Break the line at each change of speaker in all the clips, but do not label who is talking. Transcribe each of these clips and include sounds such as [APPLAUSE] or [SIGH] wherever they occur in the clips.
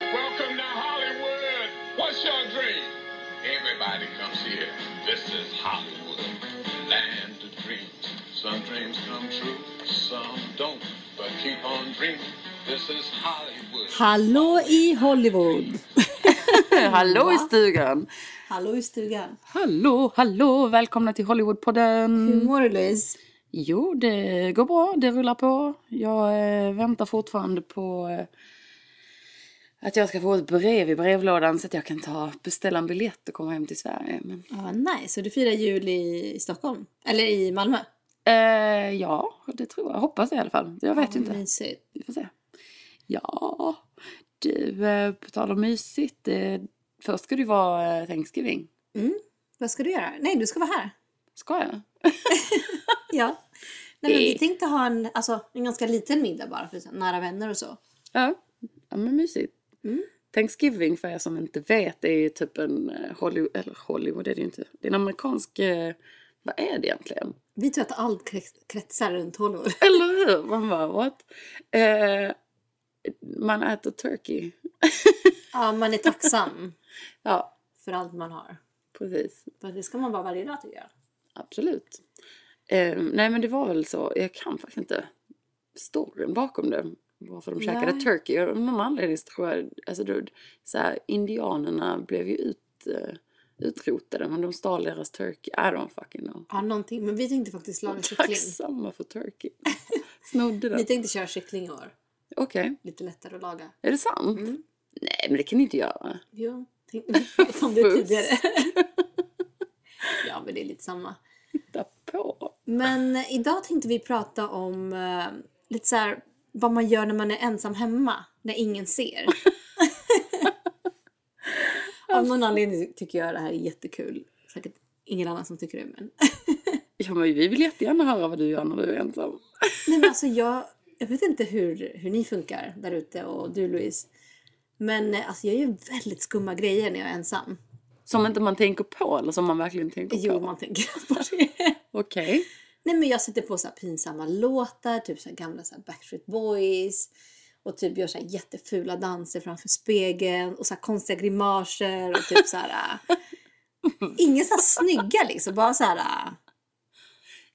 Welcome to Hollywood. What's your dream? Everybody comes here. This is Hollywood, land of dreams. Some dreams come true, some don't. But keep on dreaming. This is Hollywood.
Hallå i Hollywood!
[LAUGHS] hallå i stugan!
Hallå i stugan!
Hallå, hallå! Välkomna till Hollywoodpodden!
Hur mår du Louise?
Jo, det går bra. Det rullar på. Jag eh, väntar fortfarande på eh, att jag ska få ett brev i brevlådan så att jag kan ta, beställa en biljett och komma hem till Sverige. Men,
Ja, nice. Så du firar jul i Stockholm? Eller i Malmö?
eh, ja, det tror jag. Hoppas det i alla fall. Jag vet
Ja,
inte.
Mysigt.
Vi får se. Ja, du, eh, på tal om mysigt. Eh, först ska du vara eh, Thanksgiving.
Vad ska du göra? Nej, du ska vara här.
Ska jag?
Ja. Nej, men vi
Eh.
tänkte ha en, alltså, en ganska liten middag bara för så- nära vänner och så.
Ja, ja men mysigt. Thanksgiving för er som inte vet är ju typ en eh, Hollywood, eller Hollywood är det ju inte. Det är en amerikansk, eh, vad är det egentligen?
Vi tror att allt krets- kretsar runt Hollywood.
Eller hur? Man bara what? Eh, man äter turkey.
[LAUGHS] Ja, man är tacksam
Ja,
för allt man har.
precis.
För det ska man vara varje dag tycker jag.
Absolut. Eh, nej men det var väl så, jag kan faktiskt inte storyn bakom det. Varför de käkade
Nej.
turkey. Av någon anledning så tror jag, alltså du, så här, indianerna blev ju ut, eh, utrotade men de stal deras turkey. I don't fucking know.
Ja, någonting. Men vi tänkte faktiskt laga kyckling.
Tacksamma
[LAUGHS]
för turkey. Snodde den.
Vi
Okej,
tänkte köra kyckling i år. Lite lättare att laga.
är det sant?
Mm.
Nej men det kan ni inte göra.
[LAUGHS] Jo, tänkte vi pratade om det
Fusk.
tidigare. ja, men det är lite samma.
Hitta på.
Men eh, idag tänkte vi prata om eh, lite så här, vad man gör när man är ensam hemma, när ingen ser. Av någon anledning tycker jag det här är jättekul. Säkert ingen annan som tycker det, men... [LAUGHS]
Ja men vi vill jättegärna höra vad du gör när du är ensam.
Nej, men alltså jag, jag vet inte hur, hur ni funkar där ute och du Louise. Men eh, alltså jag gör väldigt skumma grejer när jag är ensam.
Som inte man tänker på eller som man verkligen tänker
Jo,
på.
man tänker på det.
Okej.
Nej men jag sätter på så här pinsamma låtar, typ så här gamla så här Backstreet Boys och typ gör så här jättefula danser framför spegeln och så här konstiga grimaser och typ så här. äh, Inga så här snygga liksom, bara så här. äh,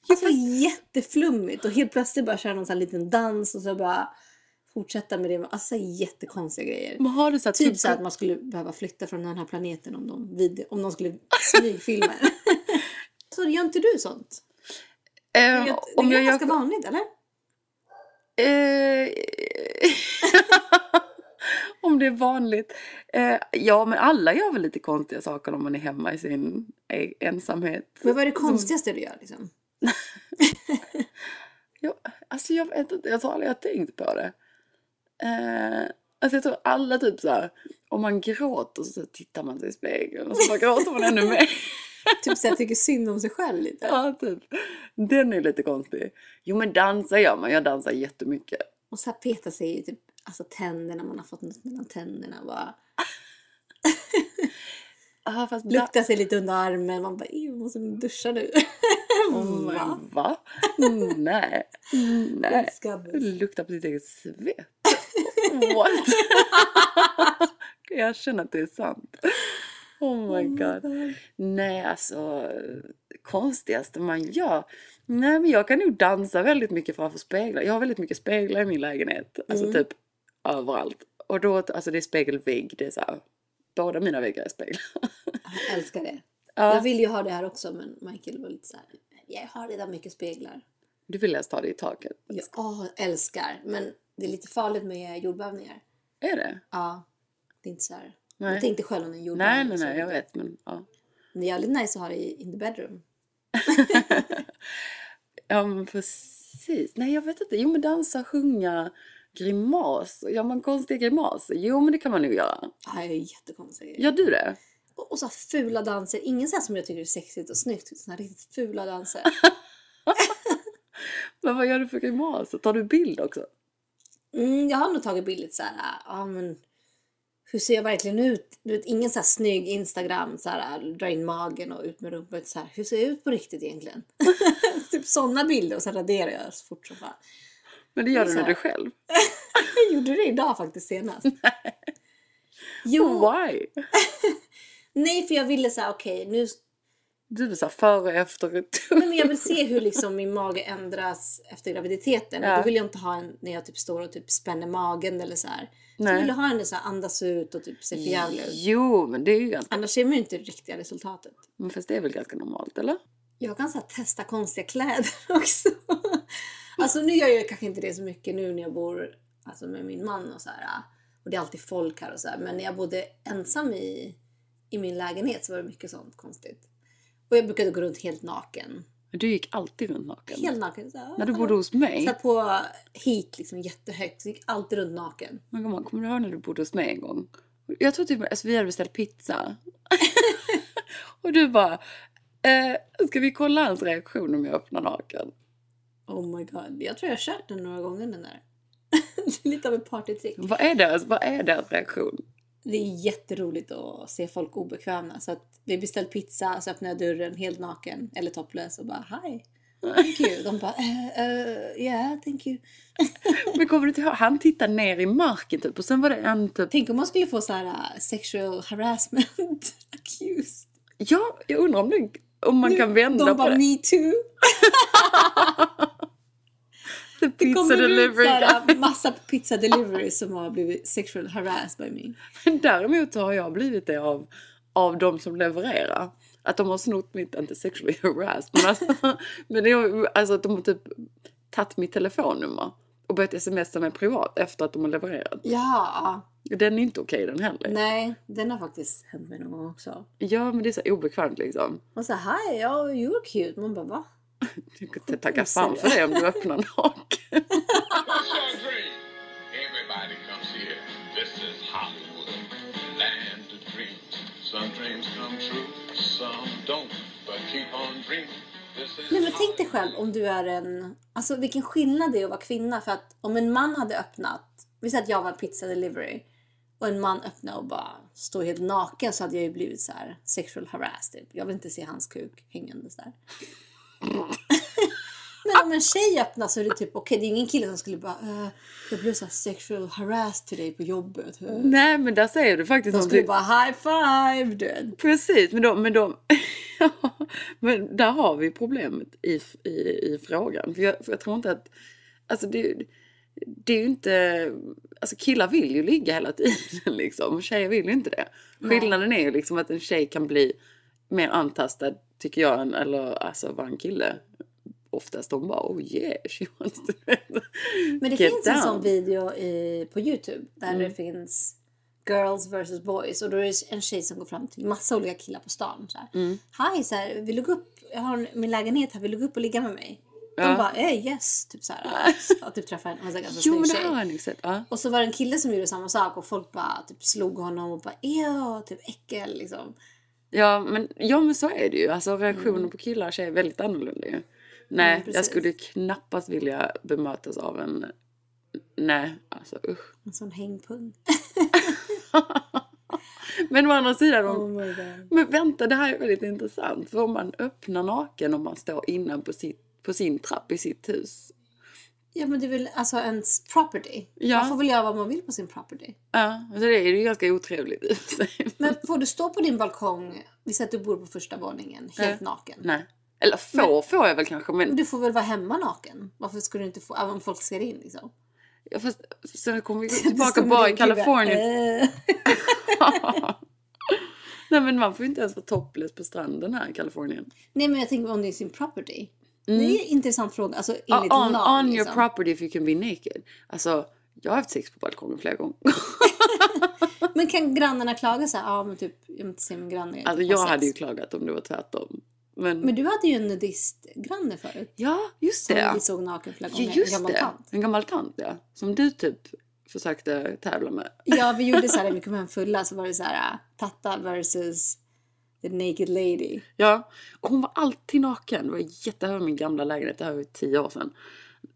Alltså jätteflummigt och helt plötsligt bara köra någon så här liten dans och så bara fortsätta med det. Alltså så här jättekonstiga grejer.
Men har du så här,
Typ så här att man skulle behöva flytta från den här planeten om de, vid- om de skulle smygfilma. så gör inte du sånt?
Eh,
Det är
om
jag
jag
ganska
gör...
vanligt, eller?
Eh, [LAUGHS] om det är vanligt. Eh, ja, men alla gör väl lite konstiga saker om man är hemma i sin e- ensamhet.
Men vad är det konstigaste du gör? Liksom?
Jag, alltså jag vet inte, jag tror aldrig jag har tänkt på det. Eh, alltså jag tror alla typ så här, om man gråter så tittar man sig i spegeln och så bara gråter man ännu
[LAUGHS]
mer.
Typ så jag tycker synd om sig själv lite.
ja, typ. Den är lite konstig. Jo men dansa gör man, jag dansar jättemycket.
Och så här petar sig ju typ alltså tänderna, man har fått något mellan tänderna. och Bara,
Ja, fast där-
luktar sig lite under armen. Man bara, "Ew, jag måste duscha
[LAUGHS]
nu.
Va?
Va?
Va? Nej. Nej.
Skabbigt.
Lukta på ditt eget [LAUGHS] svett. What? jag känner att det är sant. Oh my god. Nej, alltså konstigaste man gör. Nej, men jag kan nog dansa väldigt mycket framför speglar. Jag har väldigt mycket speglar i min lägenhet. Alltså typ överallt. Och då, alltså det är spegelvägg. Det är så här, båda mina väggar är speglar. [LAUGHS]
Jag älskar det. Jag vill ju ha det här också men Michael var lite såhär, jag har redan mycket speglar.
Du vill helst ha det i taket.
Jag "Åh, älskar, men det är lite farligt med jordbävningar.
Är det?
Ja, det är inte så här.
Nej.
Jag tänkte själv om en
Nej,
jordbävning.
nej,
så-
nej, jag vet. Men, ja.
Men det är jävligt nice att ha det i in the bedroom.
ja, men precis. Nej, jag vet inte. Jo, men dansa, sjunga, grimas. Gör man konstiga grimaser? Jo, men det kan man nog göra.
Ja, jag är jättekonstig.
Gör du det?
Och, och så här fula danser, ingen så här som jag tycker är sexigt och snyggt, utan såna här riktigt fula danser.
Men vad gör du för grimaser? Tar du bild också?
Mm, jag har nog tagit billigt så här, äh, ja men hur ser jag verkligen ut? Du vet, ingen så här snygg Instagram, så här, äh, dra in magen och ut med rumpan. Så här, hur ser jag ut på riktigt egentligen? [LAUGHS] typ sådana bilder och så raderar jag så fort som fan.
Men det gör
Det
du
är
när
så
du
här.
själv.
Jag gjorde det idag faktiskt senast. Jo,
Why?
nej för jag ville så här, okej nu...
Du är så här före och efter. ett-
Nej, men jag vill se hur liksom min mage ändras efter graviditeten.
Ja.
Och då vill jag inte ha en när jag typ står och typ spänner magen eller så här. Så
Nej.
jag vill ha en så här andas ut och typ ser för jävla ut.
Jo, men det är ju ganska...
Annars ser man ju inte det riktiga resultatet.
Men fast det är väl ganska normalt, eller?
Jag kan så här, testa konstiga kläder [LAUGHS] också. alltså nu gör jag kanske inte det så mycket nu när jag bor alltså, med min man och så här. ah, Och det är alltid folk här och så här. Men när jag bodde ensam i, i min lägenhet så var det mycket sånt konstigt. Och jag brukade gå runt helt naken.
Men Du gick alltid runt naken.
Helt naken. Så här, ah,
När du bodde hos mig.
Satt på hit liksom jättehögt. Så gick alltid runt naken.
Men gumman, kommer du ihåg när du bodde hos mig en gång? Jag tror typ alltså, vi hade
[LAUGHS]
beställt pizza. och du bara, eh, ska vi kolla hans reaktion om jag öppnar naken?
Oh my god. Jag tror jag har kört den några gånger den där. [LAUGHS] Det är Lite av ett partytrick.
Vad är deras, vad är deras reaktion?
Det är jätteroligt att se folk obekväma. Så att vi beställt pizza, så öppnar jag dörren helt naken eller topless och bara hi. Thank you. De bara eh, eh, yeah, thank you.
Men kommer du inte ihåg? Han tittar ner i marken typ och sen var det en typ,
Tänk om man skulle få så här eh, sexual harassment [LAUGHS] accused.
ja, jag undrar om, det, om man kan vända
De
på
bara
det.
me too.
The
Det
Typ pizza
kommer ut så
delivery.
här, eh, massa pizza delivery som har blivit sexual harassed by me.
[LAUGHS] Däremot har jag blivit det av, av de som levererar. Att de har snott mitt, inte [LAUGHS] sexually harassed, men, alltså, men det är, alltså att de har typ tagit mitt telefonnummer och börjat smsa mig privat efter att de har levererat.
Ja,
Den är inte okej den heller.
nej, den har faktiskt hänt mig någon gång också.
Ja, men det är så här obekvämt liksom.
Man säger hi, oh, you're cute. Man bara va?
Du kan inte tacka fan för det om du öppnar naken.
What's your dream? Everybody comes here. This is Hollywood, land of dreams. Some dreams come true, some don't. But keep on dreaming. This is
Nej men
Hollywood.
tänk dig själv om du är en... Alltså vilken skillnad det är att vara kvinna. För att om en man hade öppnat... Vi säger att jag var en pizza delivery. Och en man öppnade och bara stod helt naken så hade jag ju blivit så här sexual harassed. typ. Jag vill inte se hans kuk hängandes där. [LAUGHS] men om en tjej öppnar så är det typ okej, det är ingen kille som skulle bara eh, Jag blev så här sexual harassed till dig på jobbet. Eh.
Nej, men där säger du faktiskt
De
någonting.
skulle bara high five dude.
Precis, men de... Men, de [LAUGHS] ja, men där har vi problemet i, i, i frågan. För jag, för jag tror inte att... Alltså det, det är ju inte... Alltså killar vill ju ligga hela tiden [LAUGHS] liksom. Och tjejer vill ju inte det. Skillnaden är ju liksom att en tjej kan bli mer antastad, tycker jag, än eller, alltså, vad en kille oftast. De bara oh yeah, she wants to...
Men det
Get
finns en
down. Mm.
sån video i, på Youtube där det finns girls versus boys och då är det en tjej som går fram till massa olika killar på stan. Så här.
Mm.
Hi, så här, vill du gå upp? Jag har en, min lägenhet här, vill du gå upp och ligga med mig? De bara eh, yes, typ så
[LAUGHS]
här. Ja, typ träffar en, en så här ganska
Jo, men
snygg
det har
tjej.
jag nog sett. Ja.
Och så var det en kille som gjorde samma sak och folk bara typ slog honom och bara ew, typ äckel liksom.
Ja men, ja, men så är det ju. Alltså, reaktioner
Mm.
på killar och tjejer är väldigt annorlunda ju. Nej, jag
precis.
skulle knappast vilja bemötas av en Nej, alltså usch.
En sån hängpung. [LAUGHS]
Men å andra sidan, om,
Oh my god.
Men vänta, det här är väldigt intressant. För om man öppnar naken om man står innan på, sitt, på sin trapp i sitt hus.
Ja men det är väl alltså ens property.
Ja.
Man får väl göra vad man vill på sin property.
Ja, så det är ju ganska otrevligt i och för sig.
Men får du stå på din balkong, vi säger att du bor på första våningen, helt naken.
Nej. Eller får, får jag väl kanske. Men
Du får väl vara hemma naken? Varför skulle du inte få, även om folk ser in liksom?
ja, fast, sen
[LAUGHS]
kommer vi
Det
tillbaka
står
bara i
din kille,
Kalifornien.
eh,
Nej men man får ju inte ens vara topless på stranden här i Kalifornien.
Nej men jag tänker om det är sin property. Det är en intressant fråga, alltså enligt
Mm. on
lag
on your
liksom.
property if you can be naked. Alltså, jag har haft sex på balkongen
[LAUGHS]
flera gånger.
Men kan grannarna klaga så här, ja men typ, jag vill inte se min granne.
Alltså
ha
jag
sex."
hade ju klagat om det var tvärtom. Men,
Men du hade ju en nudistgranne förut.
ja, just det.
Som vi såg naken flera
Ja,
gånger.
just
en gammal
det.
tant.
En gammal tant, ja. Som du typ försökte tävla med.
Ja, vi gjorde så här när vi kom hem fulla så var det så här Tatta versus the naked lady.
Ja. Och hon var alltid naken. Det var jättehög i min gamla lägenhet. Det här var ju tio år sedan.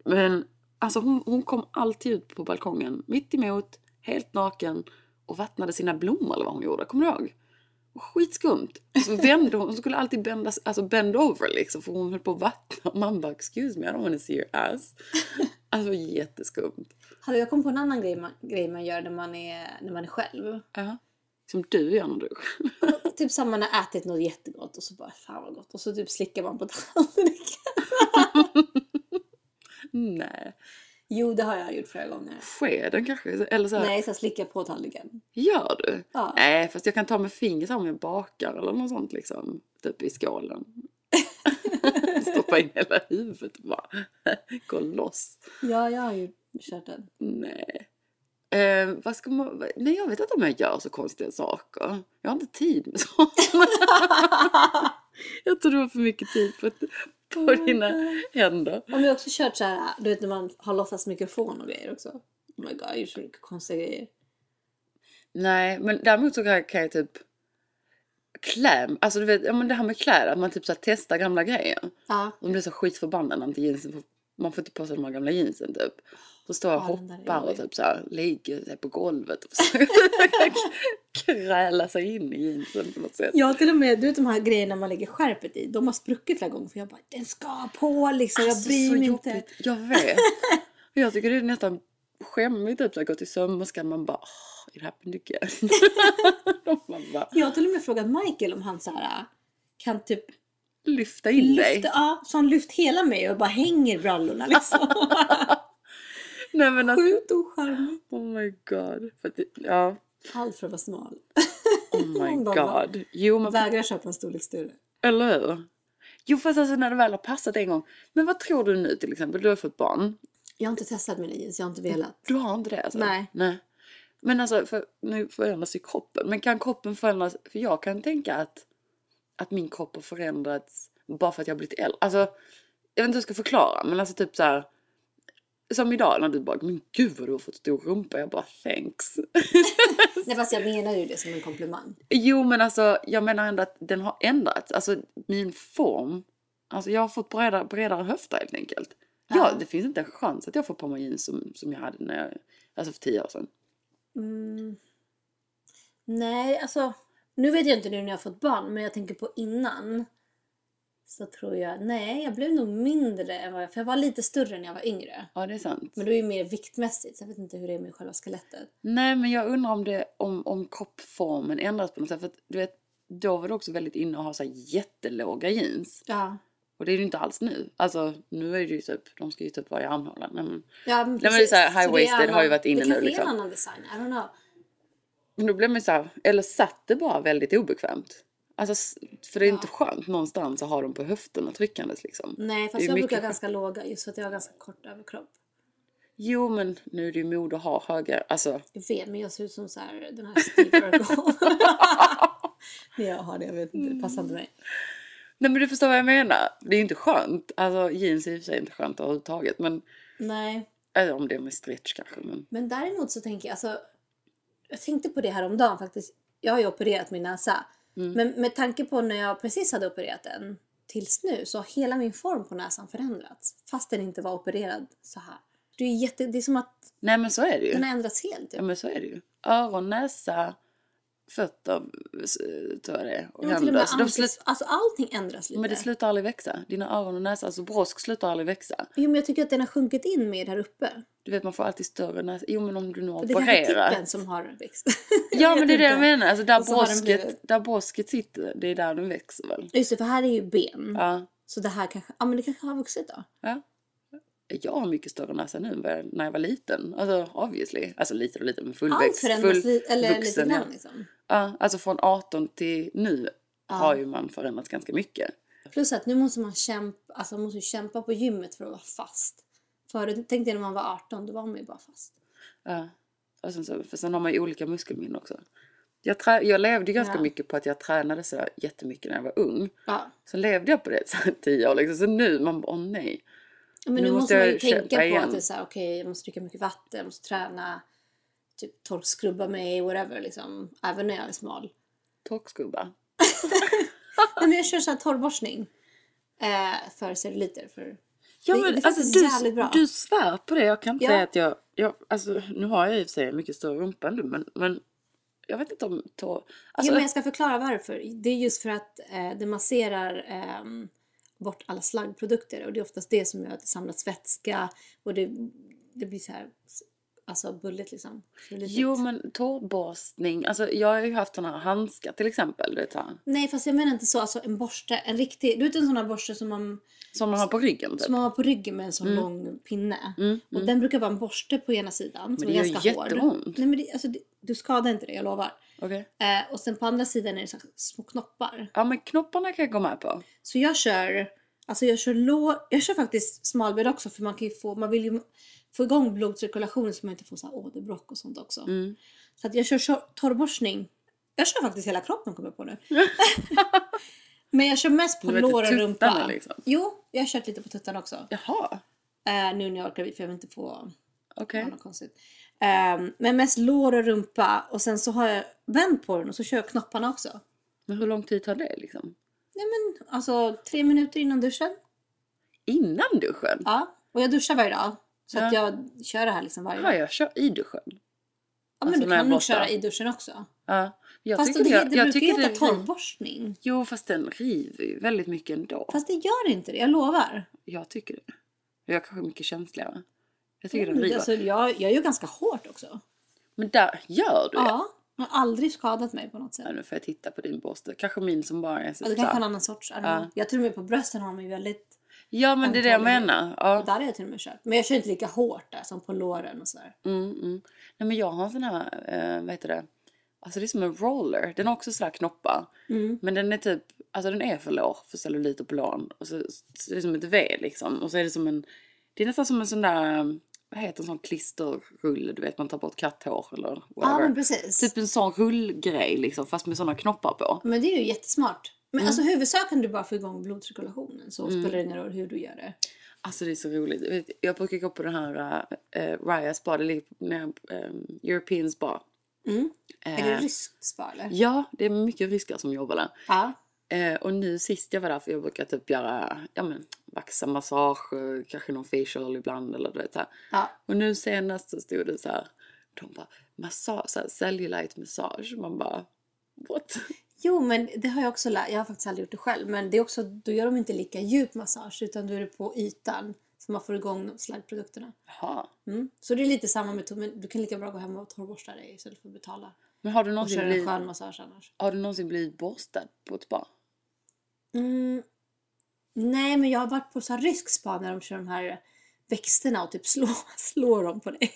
Men alltså hon, hon kom alltid ut på balkongen. Mitt emot, helt naken. Och vattnade sina blommor eller vad hon gjorde. Kommer du ihåg? Skitskumt. Så vände hon. Hon skulle alltid bändas, alltså bend over liksom. För hon höll på att vattna. Och man bara excuse me I don't wanna see your ass. Alltså jätteskumt.
Hallå, jag kom på en annan grej man, grej man gör när man är, när man är själv.
Ja. Som du gör när du
Typ så här, man har ätit något jättegott och så bara fan vad gott och så typ slickar man på [LAUGHS] tallriken.
Nej.
Jo, det har jag gjort flera gånger.
Skeden kanske? Eller så här,
Nej, så här, slicka på tallriken.
gör du?
Ja.
Nej, fast jag kan ta med fingret om jag bakar eller något sånt liksom. Typ i skålen. [LAUGHS] Stoppa in hela huvudet och bara. [LAUGHS] Gå loss.
Ja, jag har ju kört [LAUGHS] den.
Nej. Eh, vad ska man... vad- Nej, jag vet inte om jag gör så konstiga saker. Jag har inte tid med [LAUGHS] sånt. jag tror du har för mycket tid på, på dina händer.
Om jag har också kört så här, du vet när man har låtsas mikrofon och grejer också. Oh my god, jag har gjort så mycket konstiga grejer.
Nej, men däremot så kan jag, kan jag typ klä, alltså du vet, ja, men det här med kläder, att man typ så här testar gamla grejer.
Ja,
De blir så skitförbannade när inte jeansen får, man får inte på sig de här gamla jeansen typ. Så står jag och
Ja, den där är
hoppar och
jobbig.
typ så här ligger så här på golvet och försöker [LAUGHS] kräla sig in i jeansen på något sätt.
Ja, till och med du vet de här grejerna man lägger skärpet i. De har spruckit flera gånger för jag bara den ska på liksom. jag bryr mig inte.
Alltså, jobbigt. Jag vet. Och jag tycker det är nästan skämmigt typ så här, gå till sömmerskan man bara oh, it happened [LAUGHS] again. Och man bara
Jag har till och med frågat Michael om han så här äh, kan typ
lyfta in dig.
lyfta, ja, så han lyft hela mig och bara hänger brallorna liksom.
[LAUGHS] Nej, men alltså,
Sjukt ocharmigt.
Oh my god. För att det, ja.
Allt för att vara smal.
Oh my
Hon bara,
god. Jo, men,
Vägrar köpa en storlek större.
eller hur? Jo, fast alltså när det väl har passat en gång. Men vad tror du nu till exempel? Du har fått barn.
Jag har inte testat mina jeans, jag har inte velat.
Du har inte det alltså?
Nej.
Nej. Men alltså, för, nu förändras ju kroppen. Men kan kroppen förändras? För jag kan tänka att, att min kropp har förändrats bara för att jag har blivit äldre. Alltså, jag vet inte hur jag ska förklara, men alltså typ så här. Som idag när du bara, men gud vad du har fått stor rumpa. Jag bara, thanks.
Nej fast jag menar ju det som en komplimang.
Jo, men alltså jag menar ändå att den har ändrats. Alltså min form. Alltså jag har fått bredare, bredare höfter helt enkelt. Ja. det finns inte en chans att jag får på mig jeans som, som jag hade när jag, alltså för tio år sedan.
Mm. Nej, alltså. Nu vet jag inte nu när jag har fått barn, men jag tänker på innan. Så tror jag, nej jag blev nog mindre än vad jag, för jag var lite större när jag var yngre.
Ja, det är sant.
Men då är ju mer viktmässigt, så jag vet inte hur det är med själva skelettet.
Nej, men jag undrar om, det, om, om kroppsformen ändras på något sätt. För att, du vet, då var det också väldigt inne att ha så här jättelåga jeans.
Ja.
Och det är det ju inte alls nu. Alltså nu är det ju typ, de ska ju typ vara i armhålan. Nej, men-
Ja, men
det är
precis.
så här,
Så det är
high-waisted
annan-
har ju varit inne nu,
Det kanske är
liksom.
en annan design, I don't know.
Men då blev man ju såhär, eller satt det bara väldigt obekvämt. Alltså, s- för det är inte skönt någonstans att ha dem på höfterna tryckandes liksom.
Nej,
Det är
fast jag
mycket
brukar
skönt.
ganska låga just för att jag har ganska kort överkropp.
Jo men nu är det ju mode att ha höga, alltså.
Jag vet, men jag ser ut som så här, den här Steve Urkel.
[LAUGHS]
[LAUGHS] Men jag har det, jag vet inte, det passar inte mig.
Nej men du förstår vad jag menar. Det är ju inte skönt. Alltså jeans är i och för sig inte skönt överhuvudtaget men,
Nej,
eller om det är med stretch kanske men.
Men däremot så tänker jag, alltså, jag tänkte på det här om dagen faktiskt. Jag har ju opererat min näsa.
Mm.
Men med tanke på när jag precis hade opererat den tills nu så har hela min form på näsan förändrats. Fast den inte var opererad så här. Det är, ju jätte, det är som att
Nej men så är det ju.
den har ändrats helt.
Ja
Typ.
men så är det ju. Öron, näsa, fötter s- tror jag det är. Och
Ja, men till och med
Så de
ansikts-
slut-
alltså, allting ändras lite.
men det slutar aldrig växa. Dina öron och näsa, alltså brosk slutar aldrig växa.
Jo, men jag tycker att den har sjunkit in mer här uppe.
Du vet man får alltid större näsa. Jo men om du nu har
Och det är kanske tippen
opererat.
som har växt.
[LAUGHS] Ja men det är det jag
inte.
menar. Alltså där
Och så har den
brosket,
blivit-
där brosket sitter, det är där den växer väl?
Just det, för här är ju ben.
Ja.
Så det här kanske, ja men det kanske har vuxit då.
ja. Jag har mycket större näsa nu än vad jag- när jag var liten. Alltså obviously. Alltså liten och liten men
Allt
fullväxt.
förändras li- eller lite
vuxen, ja.
grann liksom.
Ja, alltså från 18 till nu har ju man förändrats ganska mycket.
Plus att nu måste man kämpa, alltså man måste ju kämpa på gymmet för att vara fast. Förut, tänk dig när man var 18, då var man ju bara fast.
Ja. Och sen, så, för sen har man ju olika muskelminnen också. Jag, trä, jag levde ju ganska
Ja.
mycket på att jag tränade så jättemycket när jag var ung.
Ja.
Sen levde jag på det [LAUGHS] så här, tio år liksom. Så nu, man bara, åh nej.
Men
Nu
nu,
måste
måste man ju
jag kämpa
tänka på
igen.
att det är så här, okej, jag måste dricka mycket vatten, jag måste träna, typ torkskrubba mig, whatever liksom. Även när jag är
[LAUGHS]
smal.
Torkskubba.
Nej, men jag kör så här torrborstning. Eh, för celluliter. För...
Ja,
Det-
men,
det är faktiskt
alltså, du,
jävligt bra.
du svär på det. Jag kan inte
Ja.
säga att jag, jag... Alltså, nu har jag i och för sig en mycket större rumpa än du, men, men jag vet inte om... Tå, alltså,
jo, men jag ska förklara varför. Det är just för att eh, det masserar ehm, bort alla slaggprodukter och det är oftast det som gör att det samlas vätska och det, det blir så här alltså bulligt liksom. Det är lite-
Jo, men tårborstning. Alltså, jag har ju haft såna här handskar till exempel. Du vet, så här,
Nej, fast jag menar inte så. Alltså en borste, en riktig, du vet en sån här borste som man,
som man har på ryggen. Typ.
som man har på ryggen med en sån
Mm.
lång pinne. Och den brukar vara en borste på ena sidan. Men
det gör jätteont.
Nej, men det, alltså, det, du skadar inte det, jag lovar.
Okej.
Eh, och sen på andra sidan är det så här små knoppar.
Ja, men knopparna kan jag gå med på.
Så jag kör, alltså jag kör lår, jag kör faktiskt smalben också för man kan ju få, man vill ju få igång blodcirkulationen så man inte får så här åderbråck och sånt också.
Mm.
Så att jag kör, kör torrborstning. Jag kör faktiskt hela kroppen kommer jag på
[LAUGHS]
nu. Men jag kör mest på
Du vet,
lår och
tuttarna
rumpa.
liksom.
Jo, jag har kört lite på tuttarna också.
Jaha,
Eh, nu när jag orkar vid för jag vill inte få
okej.
något konstigt. Ehm, men mest lår och rumpa och sen så har jag vänt på den och så kör jag knopparna också.
Men hur lång tid tar det liksom?
Nej men alltså tre minuter innan duschen.
Innan duschen?
Ja, och jag duschar varje dag. Så att
Ja.
jag kör det här liksom varje
Ja,
dag.
jag kör i duschen.
Ja, men
alltså
du
när jag
kan nog
borstar.
köra i duschen också.
Ja. Jag
Fast det,
tycker
det,
jag, jag
brukar
tycker
ju
det
heta torrborstning.
Jo, fast den river ju väldigt mycket ändå.
Fast det gör inte det, jag lovar.
Jag tycker det. Jag kanske är mycket känsligare. Jag tycker den
Men
river.
Alltså, jag, jag gör ganska hårt också.
Men där gör du det.
Ja, jag har aldrig skadat mig på något sätt.
Ja, nu får jag titta på din borste. Kanske min som bara är så,
Ja, det
så
kanske är en
här.
annan sorts. Ja. Jag tror med på brösten har man ju väldigt...
Ja, men det är det jag
Antagligen.
menar. Ja.
Och där har jag till och med kört. Men jag kör inte lika hårt där som på låren och sådär.
Mm, mm. Nej, men jag har en sån här, eh, vad heter det? Alltså det är som en roller. Den har också sådär knoppar.
Mm.
Men den är typ, alltså den är för lår för cellulit och plan. Och så, så är det som ett V liksom. Och så är det som en, det är nästan som en sån där, eh, vad heter en sån klisterrulle? Du vet man tar bort katthår eller
Ja,
whatever.
men precis.
typ en sån rullgrej liksom fast med såna knoppar på.
Men det är ju jättesmart. Men
Mm.
alltså huvudsaken är du bara får igång blodcirkulationen så spelar det ingen roll hur du gör det.
Alltså det är så roligt. Jag vet- Jag brukar gå på den här uh, Raya Spa, det ligger nere på um, European Spa.
Är det ryskt spa eller?
Eh. Ja, det är mycket ryskar som jobbar där.
Ja.
Eh, och nu sist jag var där, för jag brukar typ göra ja, men, vaxa, massage, eh, kanske någon facial ibland eller du vet så här.
Ja.
Och nu senast så stod det så här, de bara massage, så här, cellulite massage. Man bara what?
Jo, men det har jag också lärt. Jag har faktiskt aldrig gjort det själv. Men det är också, då gör de inte lika djup massage utan då är det på ytan så man får igång slaggprodukterna.
Jaha.
Mm. Så det är lite samma metod, men du kan lika bra gå hem och torrborsta dig istället för att betala.
Men har du
Och
någonsin,
köra en
blivit,
skön massage annars.
har du någonsin blivit borstad på ett spa?
Mm. Nej, men jag har varit på så här rysk spa när de kör de här växterna och typ slår, [LAUGHS] slår dem på dig.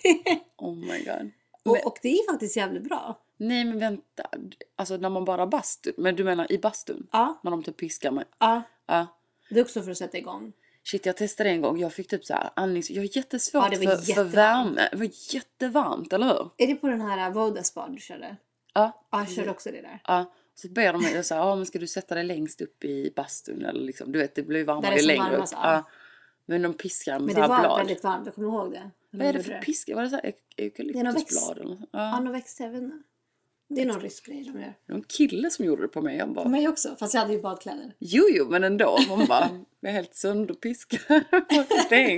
Oh my god.
och, och det är faktiskt jävligt bra.
Nej men vänta, alltså när man bara bastu, men du menar i bastun?
Ja.
När de typ piskar mig?
Ja,
Ja.
det är också för att sätta igång.
Shit, jag testade en gång. Jag fick typ så här andnings... Jag har jättesvårt
Ja, det var
för, för
jättevarmt.
värme. Det var jättevarmt, eller hur?
Är det på den här Voda spa du körde?
Ja.
Ja, jag körde också det där.
ja. Så ber de mig och säger, ja men ska du sätta dig längst upp i bastun eller liksom, du vet det blir ju varmare
Där det är som
längre upp.
varmast, ja.
Ja. Men de piskar med
Men
så
det
här
var
blad.
väldigt varmt, jag kommer ihåg det.
Vad är det för piska? Var det så här euk- eukalyptusblad eller något? sånt?
Ja,
Ja.
någon växter, jag vet inte. Det är någon rysk grej de gör.
Det var en kille som gjorde det på mig. Jag bara,
På mig också, fast jag hade ju badkläder.
jo jo men ändå. [LAUGHS] Man bara, jag är helt sönderpiskad. Dang.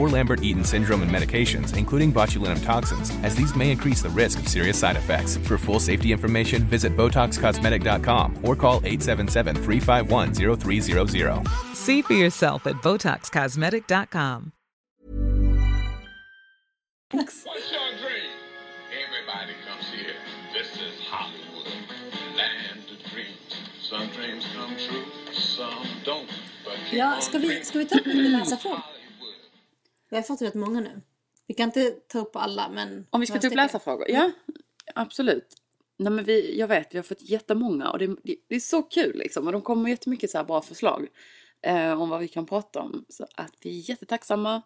or Lambert-Eaton syndrome and medications including botulinum toxins, as these may increase the risk of serious side effects. For full safety information, visit BotoxCosmetic.com or call 877-351-0300.
See for yourself at BotoxCosmetic.com.
What's your dream? Everybody comes here. This is Hollywood, land of dreams. Some dreams come true, some don't. But keep
Ja,
on
ska vi,
dreaming.
ska vi ta upp lite läsarfrågor?
Hollywood.
Vi har fått rätt många nu. Vi kan inte ta upp alla, men...
Om vi
några
ska ta upp
stycken.
läsarfrågor? Ja, absolut. Nej, men vi, jag vet, vi har fått jättemånga och det, det, det är så kul liksom. Och de kommer med jättemycket så här bra förslag eh, om vad vi kan prata om. Så att vi är jättetacksamma.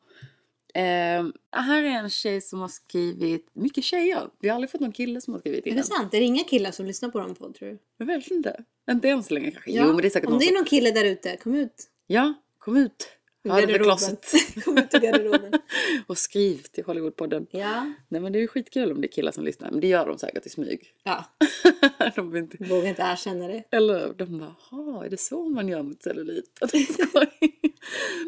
Eh, här är en tjej som har skrivit, mycket tjejer. Vi har aldrig fått någon kille som har skrivit
Är
innan.
det sant? Det är inga killar som lyssnar på dem på, tror du?
Jag vet inte. Inte än så länge kanske.
Ja,
Jo, men det är säkert
Om det är
som-
någon kille där ute, kom ut.
Ja, kom ut. Ja, det är closet.
[LAUGHS] kom ut ur garderoben.
[LAUGHS] och skriv till Hollywoodpodden.
Ja.
Nej men det är ju skitkul om det är killar som lyssnar. Men det gör de säkert i smyg. [LAUGHS]
Ja,
de vill inte...
vågar inte erkänna det.
Eller de bara, "Jaha, är det så man gör mot cellulit? [LAUGHS] Skoj.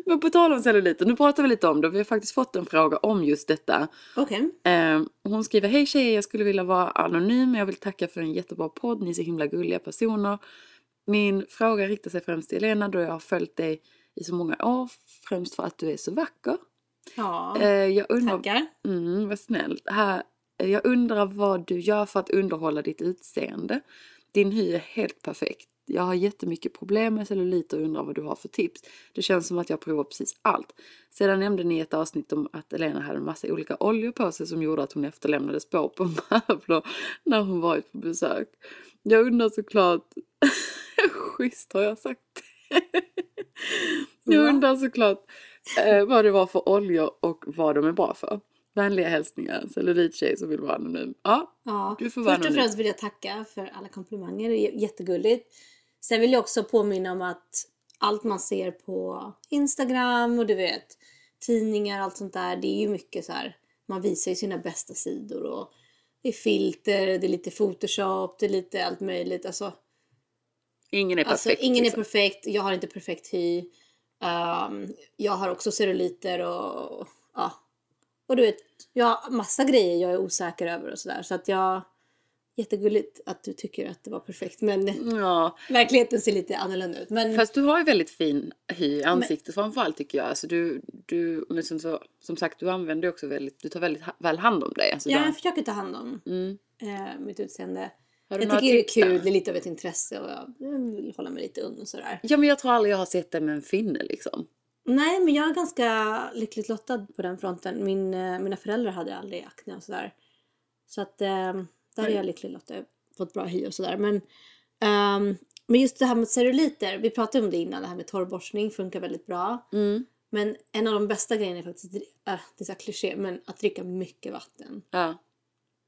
Men på tal om cellulit, nu pratar vi lite om det. Vi har faktiskt fått en fråga om just detta.
Okej.
Eh, hon skriver, hej tjejer, jag skulle vilja vara anonym. Jag vill tacka för en jättebra podd. Ni är så himla gulliga personer. Min fråga riktar sig främst till Elena då jag har följt dig i så många år. Främst för att du är så vacker.
Ja,
Eh, jag undrar...
tackar.
Mm, vad snällt. Här, eh, jag undrar vad du gör för att underhålla ditt utseende. Din hy är helt perfekt. Jag har jättemycket problem med cellulit och undrar vad du har för tips. Det känns som att jag provar precis allt. Sedan nämnde ni i ett avsnitt om att Elena hade en massa olika oljor på sig som gjorde att hon efterlämnade spår på [LAUGHS] möbler när hon varit på besök. Jag undrar såklart... [LAUGHS] Schysst har jag sagt det. [LAUGHS] Jag undrar såklart eh, vad det var för oljor och vad de är bra för. Vänliga hälsningar, cellulittjej som vill vara anonym. Ja,
Ja.
du får vara
Först och
anonym.
främst vill jag tacka för alla komplimanger. Det är jättegulligt. Sen vill jag också påminna om att allt man ser på Instagram och du vet tidningar och allt sånt där. Det är ju mycket så här. Man visar ju sina bästa sidor och det är filter, det är lite photoshop, det är lite allt möjligt. Alltså,
Ingen är perfekt.
Alltså, ingen
liksom.
är perfekt. Jag har inte perfekt hy. Ehm, jag har också celluliter och ja. Och du vet, jag har massa grejer jag är osäker över och sådär. Så att jag... Jättegulligt att du tycker att det var perfekt. Men [LAUGHS]
Ja,
verkligheten ser lite annorlunda ut. Men
fast du har ju väldigt fin hy i ansiktet framförallt tycker jag. Alltså du, du, men som, så, som sagt du använder ju också väldigt, du tar väldigt ha, väl hand om dig. Alltså,
ja,
där-
jag försöker ta hand om eh, mitt utseende.
Mm. Har
Jag tycker
du några
det är
tips där?
kul, det är lite av ett intresse och jag vill hålla mig lite ung och sådär.
ja men jag tror aldrig jag har sett dig med en finne liksom.
Nej, men jag är ganska lyckligt lottad på den fronten. Min, eh, mina föräldrar hade aldrig akne och sådär. Så att eh, där är jag lyckligt lottad. Jag har fått bra hy och sådär. Men, ehm, men just det här med celluliter. Vi pratade om det innan. Det här med torrborstning funkar väldigt bra. Men en av de bästa grejerna är faktiskt, äh, det är så här kliché, men att dricka mycket vatten.
Ja.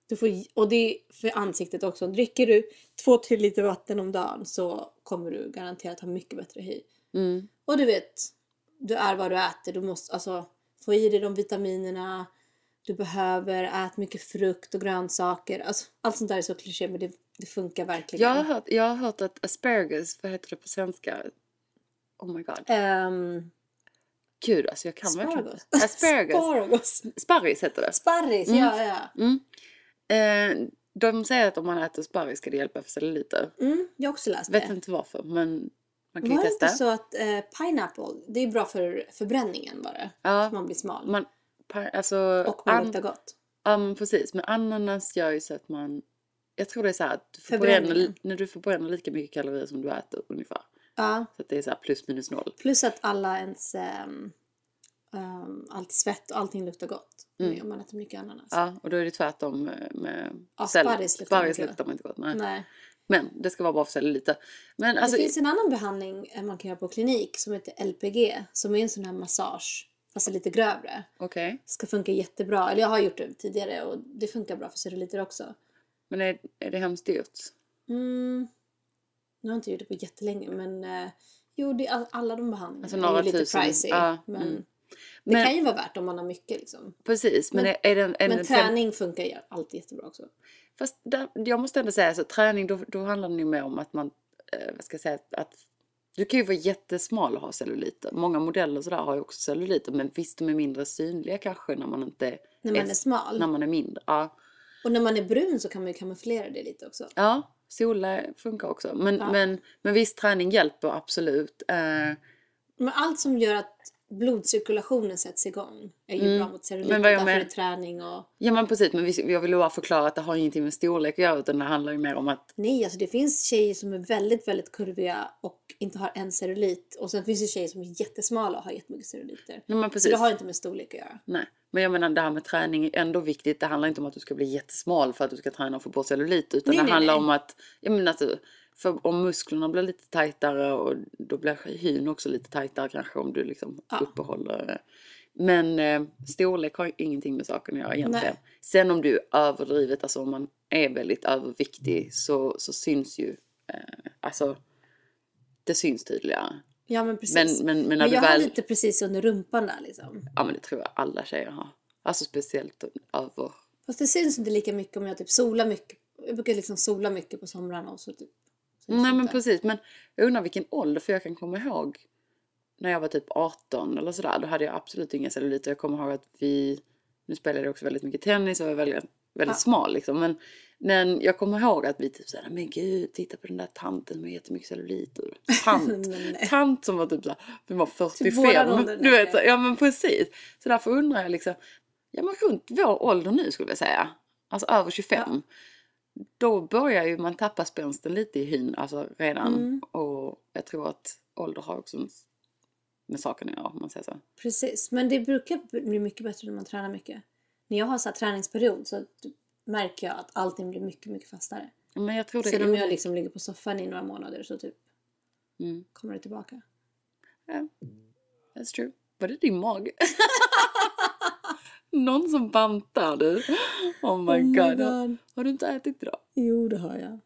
Du får, och det är för ansiktet också. Dricker du 2-3 liter vatten om dagen så kommer du garanterat ha mycket bättre hy.
Mm.
Och du vet, du är vad du äter. Du måste alltså få i dig de vitaminerna du behöver. Ät mycket frukt och grönsaker. Alltså, allt sånt där är så klyschigt men det, det funkar verkligen.
Jag, har hört, jag har hört att asparagus, vad heter det på svenska? Oh my god.
Ehm,
Gud alltså jag kan verkligen
Spargos.
inte. Asparagus. Mm.
Spargos.
Sparris heter det.
Sparris, ja, ja.
Eh, de säger att om man äter sparris ska det hjälpa för celluliter.
Mm, jag har också läst
Vet
det.
inte varför men man kan ju
Var det
testa.
inte så att eh, pineapple, det är bra för förbränningen bara?
Ja.
Så man blir smal.
Man, par, alltså,
och man
an-
luktar gott.
Ja men precis. Men ananas gör ju så att man... Jag tror det är så här att du förbränner,
Förbränningen.
li- när du förbränner lika mycket kalorier som du äter ungefär.
Ja.
Så att det är så här plus minus noll.
Plus att alla ens... ehm, ehm, allt svett och allting luktar gott. Om man äter mycket ananas.
Mm. Ja och då är det tvärtom med- med...
Ja,
cell-
sparris luktar
sparris
inte gott.
luktar man inte gott. Nej.
Nej.
Men det ska vara bra för celluliter. Men alltså...
det finns en annan behandling eh, man kan göra på klinik som heter LPG. Som är en sån här massage. Fast lite grövre.
Okej.
Ska funka jättebra. Eller jag har gjort det tidigare och det funkar bra för celluliter också.
Men är, är det hemskt dyrt? Alltså
Mm. Nu har jag inte gjort det på jättelänge men eh, jo, det, all- alla de behandlingarna
Alltså några
är ju lite
tusen.
pricey.
Ja,
men
mm.
Det
Men-
kan ju vara värt om man har mycket liksom.
Precis men, är, är den... Är
Men
den
träning funkar ju alltid jättebra också.
Fast där, jag måste ändå säga så träning då, då handlar det ju mer om att man, eh, vad ska jag säga, att du kan ju vara jättesmal och ha celluliter. Många modeller och sådär har ju också celluliter men visst de är mindre synliga kanske när man inte
När man är smal.
När man är mindre, ja.
Och när man är brun så kan man ju kamouflera det lite också.
Ja, sola funkar också. Men, men, men visst träning hjälper absolut. Eh,
Men allt som gör att blodcirkulationen säts igång är ju bra mot celluliter.
Mm. Men vad jag
därför
menar-
är träning och...
ja men precis men visst, jag vill bara förklara att det har ingenting med storlek att göra utan det handlar ju mer om att
Nej, alltså det finns tjejer som är väldigt, väldigt kurviga och inte har en cellulit. Och sen finns det tjejer som är jättesmala och har jättemycket celluliter.
Nej, men
så
precis.
det har inte med storlek att göra.
Nej, men jag menar det här med träning är ändå viktigt. Det handlar inte om att du ska bli jättesmal för att du ska träna och få på cellulit. Utan
Nej,
det
nej,
handlar
nej.
om att, jag menar att du, för om musklerna blir lite tajtare och då blir hyn också lite tajtare kanske om du liksom uppehåller. Men eh, storlek har ju ingenting med saken att göra egentligen.
Nej.
Sen om du är överdrivet, alltså om man är väldigt överviktig så, så syns ju, eh, alltså det syns tydligare.
Ja, men precis.
Men- men- men när du
jag har
väl-
lite precis under rumpan där liksom.
Ja men det tror jag alla tjejer har. Alltså speciellt över
Fast det syns inte lika mycket om jag typ solar mycket. Jag brukar liksom sola mycket på somrarna och så typ. så
Nej men
inte.
precis, men jag undrar vilken ålder för jag kan komma ihåg när jag var typ 18 eller sådär, då hade jag absolut inga celluliter. Jag kommer ihåg att vi, nu spelade jag också väldigt mycket tennis och var väldigt, väldigt smal liksom. Men, men jag kommer ihåg att vi typ såhär, men gud, titta på den där tanten med jättemycket celluliter. Tant, tant som var typ såhär, vi var 45.
våran ålder,
du
nej.
vet, så- ja men precis. Så därför undrar jag liksom, ja men runt vår ålder nu skulle jag säga, alltså över 25 då börjar ju man tappa spänsten lite i hyn alltså redan. Och jag tror att ålder har också en- med saken att göra om man säger så.
Precis. Men det brukar bli mycket bättre när man tränar mycket. När jag har så här träningsperiod så typ märker jag att allting blir mycket, mycket fastare.
Men jag tror det
Sen om
olika.
jag liksom ligger på soffan i några månader så typ
Mm.
kommer det tillbaka.
That's true. Var det din mage? [LAUGHS] Någon som bantar du. Oh my, god.
god.
Har du inte ätit idag?
Jo, det har jag.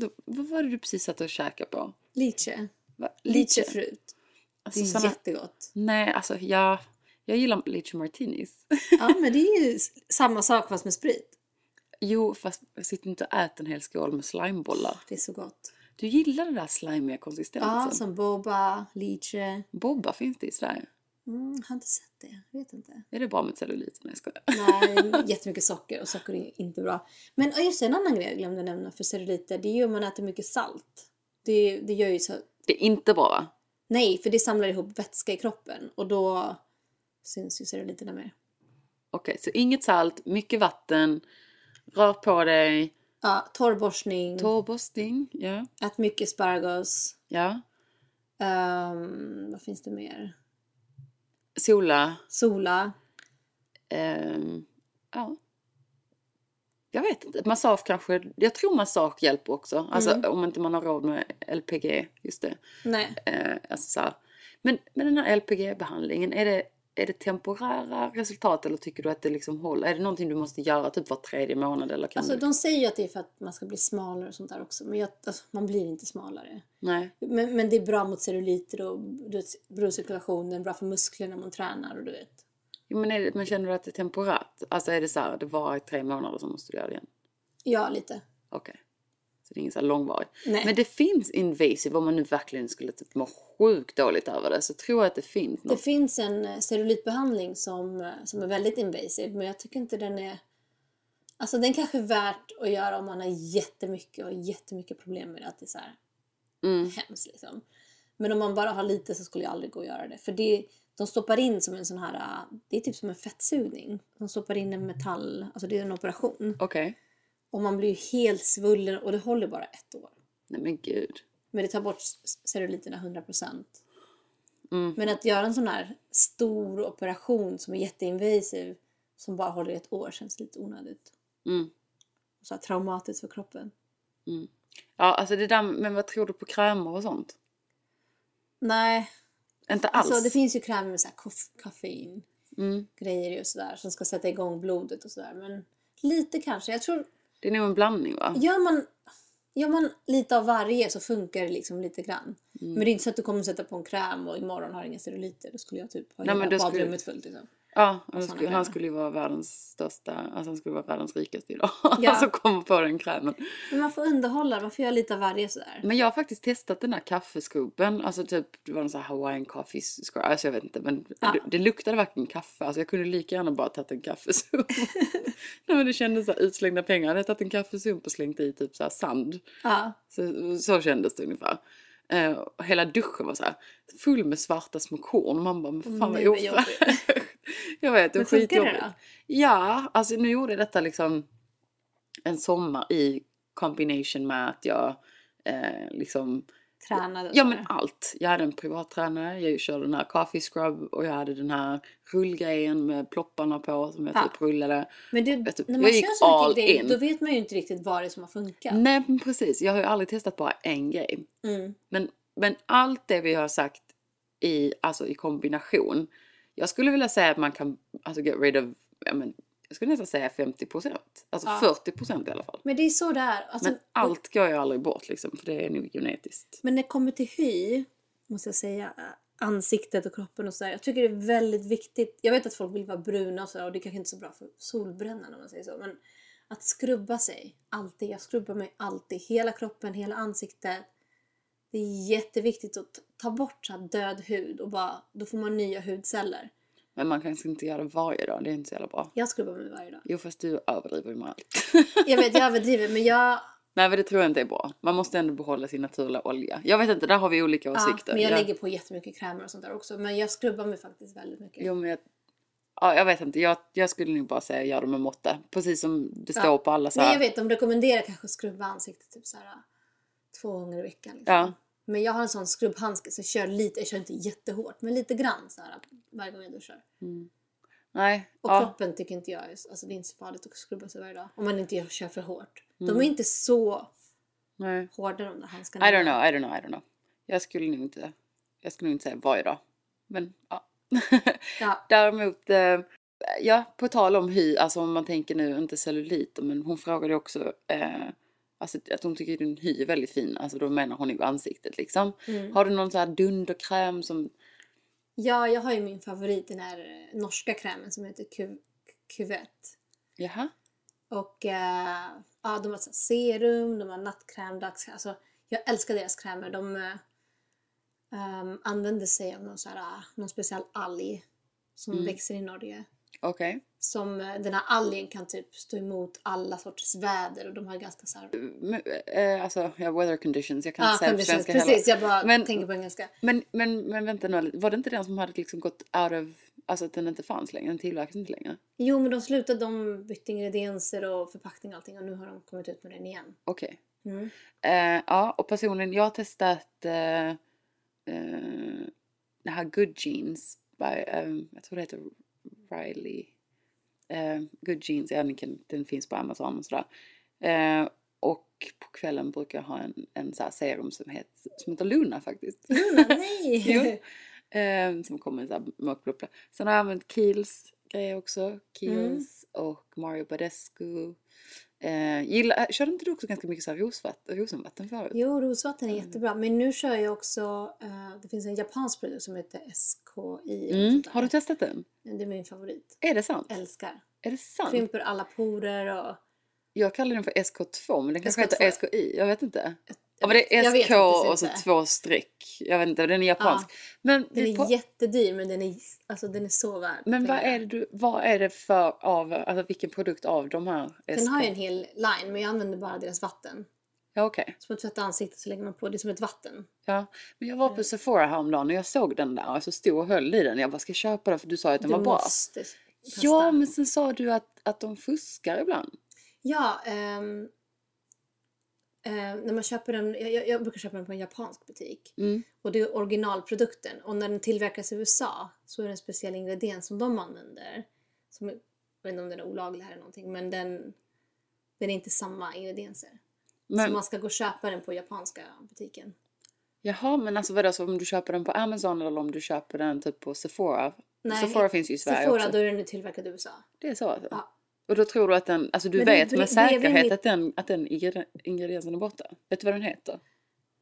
Då- Vad var det du precis satt och käkade på?
Liche.
Va?
Liche fruit. Det
Alltså,
är
såna...
jättegott.
Nej, alltså jag, jag gillar lychee martinis.
Ja, men det är ju s- samma sak fast med sprit.
[LAUGHS] jo, fast jag sitter inte och äter en hel skål med slimebollar.
Det är så gott.
Du gillar den där slimiga konsistensen?
Ja, typ. som boba, liche.
Bobba finns det i Sverige.
Mm, jag har inte sett det. Jag vet inte.
Är det bara med cellulit? Nej, jag skojar.
[LAUGHS] Nej, jättemycket socker och socker är inte bra. Men och just en annan grej jag glömde nämna för celluliter, det är ju om man äter mycket salt. Det, det gör ju så...
Det är inte bra va?
Nej, för det samlar ihop vätska i kroppen och då syns ju celluliterna mer.
Okej, så inget salt, mycket vatten, rör på dig,
Ja, torrborstning,
torrborstning, ja.
ät mycket spargos.
ja.
Ehm, vad finns det mer?
Sola,
Sola.
ehm, ja. Jag vet inte, massage kanske, jag tror massage hjälper också. Alltså
Mm.
om inte man har råd med LPG, just det.
Nej,
Eh, alltså så här. Men, men den här LPG-behandlingen, är det, är det temporära resultat eller tycker du att det liksom håller? Är det någonting du måste göra typ var tredje månad eller kan
alltså
du?
de säger ju att det är för att man ska bli smalare och sånt där också. Men jag, alltså, man blir inte smalare.
Nej.
Men, men det är bra mot celluliter och du vet, blodcirkulationen, bra för musklerna om man tränar och du vet.
Jo, men, är det, men känner du att det är temporärt? Alltså är det så här, det var i tre månader så måste du göra det igen?
Ja, lite.
Okej. Så det är ingen så här långvarig.
Nej.
Men det finns invasive, om man nu verkligen skulle typ må sjukt dåligt över det, så tror jag att det finns
Det
något.
finns en eh, cerulitbehandling som, eh, som är väldigt invasiv men jag tycker inte den är... Alltså den kanske är värt att göra om man har jättemycket och jättemycket problem med det. Att det är så här hemskt liksom. Men om man bara har lite så skulle jag aldrig gå och göra det. För det, de stoppar in som en sån här... eh, Det är typ som en fettsugning. De stoppar in en metall... Alltså det är en operation.
Okej.
Och man blir ju helt svullen och det håller bara ett år.
Nej men gud.
Men det tar bort s- ceruliterna 100 procent.
Mm.
Men att göra en sån här stor operation som är jätteinvasiv som bara håller i ett år känns lite onödigt.
Mm.
Så här traumatiskt för kroppen.
Ja, alltså det där, men vad tror du på krämer och sånt?
Nej,
Inte alls. Mm.
alltså det finns ju krämer med så här koff- koffein grejer i och sådär som ska sätta igång blodet och sådär. Men lite kanske. Jag tror,
det är nog en blandning va?
gör man, gör man lite av varje så funkar det liksom lite grann.
Mm.
Men det är inte så att du kommer sätta på en kräm och imorgon har du inga celluliter. Då skulle jag typ ha
Nej, men
hela
då skulle-
badrummet fullt liksom.
Ja, han
såna
skulle,
krämer.
han skulle ju vara världens största, alltså han skulle vara världens rikaste idag.
Ja.
[LAUGHS] Han som kommer på den krämen.
Men man får underhålla, man får göra lite av varje sådär.
Men jag har faktiskt testat den här kaffeskuben, alltså typ det var en sån här hawaiian coffee scrub, alltså jag vet inte men det, det luktade verkligen kaffe, alltså jag kunde lika gärna bara tagit
[LAUGHS]
en kaffesump. Nej men det kändes så här utslängda pengar, jag hade tagit en kaffesump och slängt i typ så här sand.
Ja.
Så, så kändes det ungefär. Eh, och hela duschen var så här full med svarta små korn. Man bara, men fan vad
Nej, vad
ofräscht. Jag vet, det var
Men funkar det
skitjobbigt.
då?
Ja, alltså nu gjorde jag detta liksom en sommar i combination med att jag eh, liksom
Tränade och
Ja
sådär.
men allt. Jag hade en privattränare, jag körde den här coffee scrub och jag hade den här rullgrejen med plopparna på som jag
Ja.
typ rullade.
Men det,
Jag typ-
när man
jag gick
kör såna
all
grejer
in.
då vet man ju inte riktigt vad det är som har funkat.
Nej men precis, jag har ju aldrig testat bara en grej.
Mm.
Men, men allt det vi har sagt i, alltså i kombination. Jag skulle vilja säga att man kan alltså get rid of, ja, men, jag skulle nästan säga 50%. Alltså 40% i alla fall.
Men det är så det är. Alltså,
Men allt går ju aldrig bort liksom för det är nog genetiskt.
Men när det kommer till hy, måste jag säga, ansiktet och kroppen och sådär. Jag tycker det är väldigt viktigt. Jag vet att folk vill vara bruna och sådär och det är kanske inte är så bra för solbrännan om man säger så. Men att skrubba sig, alltid. Jag skrubbar mig alltid. Hela kroppen, hela ansiktet. Det är jätteviktigt att ta- ta bort så här död hud och bara, då får man nya hudceller.
Men man kanske inte gör det varje dag, det är inte så jävla bra.
Jag skrubbar mig varje dag.
Jo fast du överdriver ju med allt.
[LAUGHS] Jag vet, jag överdriver men jag...
Nej men det tror jag inte är bra. Man måste ändå behålla sin naturliga olja. Jag vet inte, där har vi olika
Ja,
åsikter.
men jag
Ja.
lägger på jättemycket krämer och sånt där också. Men jag skrubbar mig faktiskt väldigt mycket.
Jo, men jag, ja, jag vet inte. Jag, jag skulle nog bara säga gör det med måtta. Precis som det står på alla så
Nej,
här.
jag vet, de rekommenderar kanske att skrubba ansiktet typ så här, två gånger i veckan. Liksom.
Ja.
Men jag har en sån skrubbhandske så jag kör lite, jag kör inte jättehårt, men lite grann så här, varje gång jag duschar.
Nej.
Och
Ja.
kroppen tycker inte jag är, alltså det är inte så farligt att skrubba sig varje dag. Om man inte gör- kör för hårt. De är inte så
Nej.
hårda de där
Mm. I
handskarna.
don't know, I don't know, I don't know. Jag skulle nog inte, jag skulle nog inte säga varje dag. Men ja.
Ja.
[LAUGHS] Däremot, eh, ja, på tal om hy, alltså om man tänker nu inte cellulit, men hon frågade också eh, alltså, att hon tycker din hy är väldigt fin, alltså då menar hon ju ansiktet liksom.
Mm.
Har du någon sån här dunderkräm som,
Ja, jag har ju min favorit, den här eh, norska krämen som heter Q- Cuvette.
jaha?
Och eh, ja, de har så här serum, de har nattkräm, dagskräm. Alltså, jag älskar deras krämer. De eh, ehm, använder sig av någon, så här, ah, någon speciell alg som
Mm.
växer i Norge.
Okej.
Som eh, den här algen kan typ stå emot alla sorters väder och de har ganska så här...
Men, eh, alltså, ja, weather conditions, jag kan
Ja,
inte säga
Ah,
på
conditions.
svenska heller.
Precis, jag bara
men,
tänker på engelska.
men, men, men vänta nu, lite. var det inte den som hade liksom gått out of, alltså att den inte fanns längre, den tillverkas inte längre?
Jo, men de slutade, de bytte ingredienser och förpackning och allting och nu har de kommit ut med den igen.
Okej.
Mm.
Eh, ja, och personligen, jag har testat eh, eh, det här Good Jeans by, ehm, jag tror det heter Riley. Eh, Good Jeans, ja, den, kan, den finns på Amazon och sådär. Eh, och på kvällen brukar jag ha en, en så här serum som heter, som heter Luna faktiskt. [LAUGHS]
Luna, nej!
Jo. Ehm, som kommer i så här mörkblå pla- Sen har jag använt Kiehl's grejer också. Kiehl's
Mm.
och Mario Badescu. Eh, gilla, äh, körde inte du också ganska mycket så här rosvatten, rosenvatten förut?
Jo, rosvatten
Eh.
är jättebra. Men nu kör jag också, eh, det finns en japansk produkt som heter SKI. eller
Mm.
sånt där.
Har du testat den?
Det är min favorit.
Är det sant?
Älskar.
Är det sant?
Krymper alla porer och
Jag kallar den för SK2, men den kanske heter
SK2.
SKI. Jag vet inte. Ja, men det
jag
är
vet
SK
faktiskt
och så
inte. Ah.
två streck. Jag vet inte, den är japansk. Men,
Den
vi
är
pra-
jättedyr men den är, alltså, den är så värd
men vad
pengarna.
är, det du, vad är det för av, alltså vilken produkt av de här?
Den har ju en hel line men jag använder bara deras vatten.
Ja, okej.
Som att tvätta ansiktet så lägger man på det som ett vatten.
Ja. Men jag var
Eh.
på Sephora häromdagen och jag såg den där och så stod och höll i den. Jag bara, ska jag köpa den för du sa ju att den
du
var bra.
måste testa.
Ja, men sen sa du att, att de fuskar ibland.
Ja, ehm, ehm, när man köper den, jag, jag- jag brukar köpa den på en japansk butik.
Mm.
Och det är originalprodukten. Och när den tillverkas i USA så är det en speciell ingrediens som de använder. Som, jag vet inte om den är olaglig här eller någonting, men den, den är inte samma ingredienser. Så
Men-
man ska gå och köpa den på japanska butiken.
Jaha, men alltså vadå, så om du köper den på Amazon eller om du köper den typ på Sephora? Sephora finns ju i Sverige
Sephora,
också.
då är den ju tillverkad i USA.
Det är så alltså?
Ja.
Och då tror du att den, alltså du
Men det
vet
blir-
med
det är väl
säkerhet
mitt-
att den, att den ingre- ingrediensen är borta? Vet du vad den heter?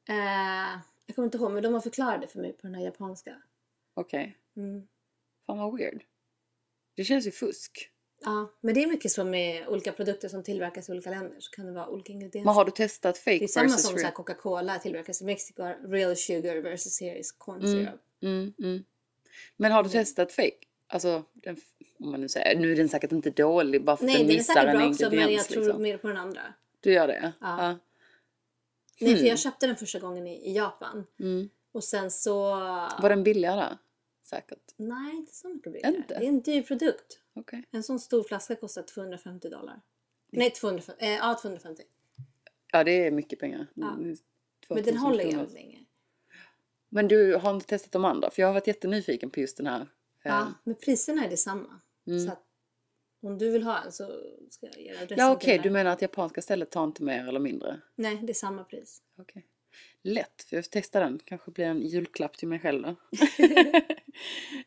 Eh, jag kommer inte ihåg, men de har förklarat det för mig på den här japanska. Mm.
Okej. Fan vad weird. Det känns ju fusk.
Ja, men det är mycket så med olika produkter som tillverkas i olika länder så kan det vara olika ingredienser.
Men har du testat fake
det är samma
versus
som så här
real?
Coca-Cola tillverkas i Mexiko, real sugar versus series corn syrup.
Mm, mm. Men har du testat fake? Alltså, den, om man nu säger, nu är den säkert inte dålig bara för att
Nej,
den
den är
missar
säkert
en
bra också men jag
ingrediens
tror
liksom.
mer på den andra.
Du gör det?
Ja. Nej,
Hmm.
för jag köpte den första gången i, i Japan.
Mm.
Och sen så...
Var den billigare? Säkert.
Nej, inte så mycket billigare.
Inte?
Det är en dyr produkt.
Okej.
En sån stor flaska kostar 250 dollar. Nej, 250. Eh, ja, 250.
Ja, det är mycket pengar. Mm, Det är 2000
Men den håller
kronor.
jävligt länge.
Men du har inte testat de andra? För jag har varit jättenyfiken på just den här. ehm,
Ja, men priserna är detsamma.
Mm.
Så att om du vill ha en så ska jag ge dig adressen
Ja,
till
okej,
den
du
här.
menar att japanska stället tar inte mer eller mindre?
Nej, det är samma pris.
Okej. Lätt, för jag får testa den. Kanske blir en julklapp till mig
[LAUGHS]
själv då.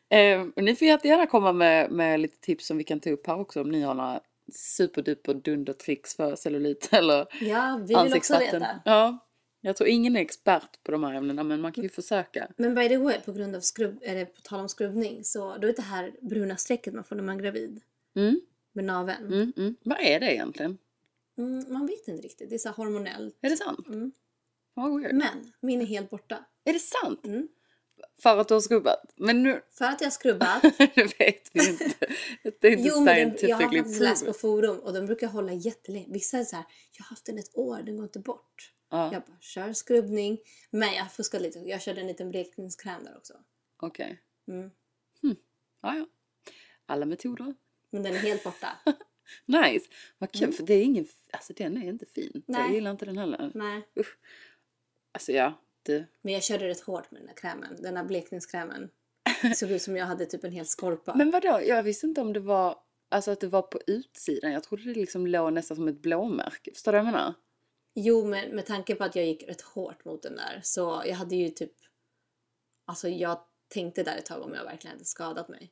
eh, och ni får jättegärna komma med, med lite tips som vi kan ta upp här också om ni har några superduper dundertricks för cellulit [LAUGHS] eller
Ja, vi vill också veta.
Ja, jag tror ingen är expert på de här ämnena men man kan ju försöka.
Men by the way, på grund av skrubb, eller på tal om skrubbning så då är det här bruna strecket man får när man är gravid. Med naveln. Mm.
Mm, mm. Vad är det egentligen?
man vet inte riktigt, det är så här hormonellt.
Är det sant? Mm. Vad weird.
Men min är helt borta.
Är det sant?
Mm.
För att du har skrubbat? Men nu... [LAUGHS]
För att jag har skrubbat.
det vet vi inte. Det är inte
jo, men den, jag har
scientifically
faktiskt läst på
proven.
forum och de brukar hålla jättelänge. Vissa är så här, jag har haft den ett år, den går inte bort. Jag bara, kör skrubbning. Men jag fuskade lite, jag körde en liten blekningskräm där också.
Okej.
Mm.
Hmm. Ja, ja. Alla metoder.
Men den är helt borta.
Nice. Vad kul, för det är ingen... Alltså den är inte fin.
Mm.
Jag
Nej. Mm.
gillar inte den heller.
Nej.
Usch. Alltså ja, du.
Men jag körde rätt hårt med den här krämen, den här blekningskrämen. Det såg ut som jag hade typ en hel skorpa.
Men vadå, jag visste inte om det var... Alltså att det var på utsidan. Jag trodde det liksom låg nästan som ett blåmärke. Förstår du vad jag menar?
Jo, men med tanke på att jag gick rätt hårt mot den där så jag hade ju typ... Alltså jag tänkte där ett tag om jag verkligen hade skadat mig.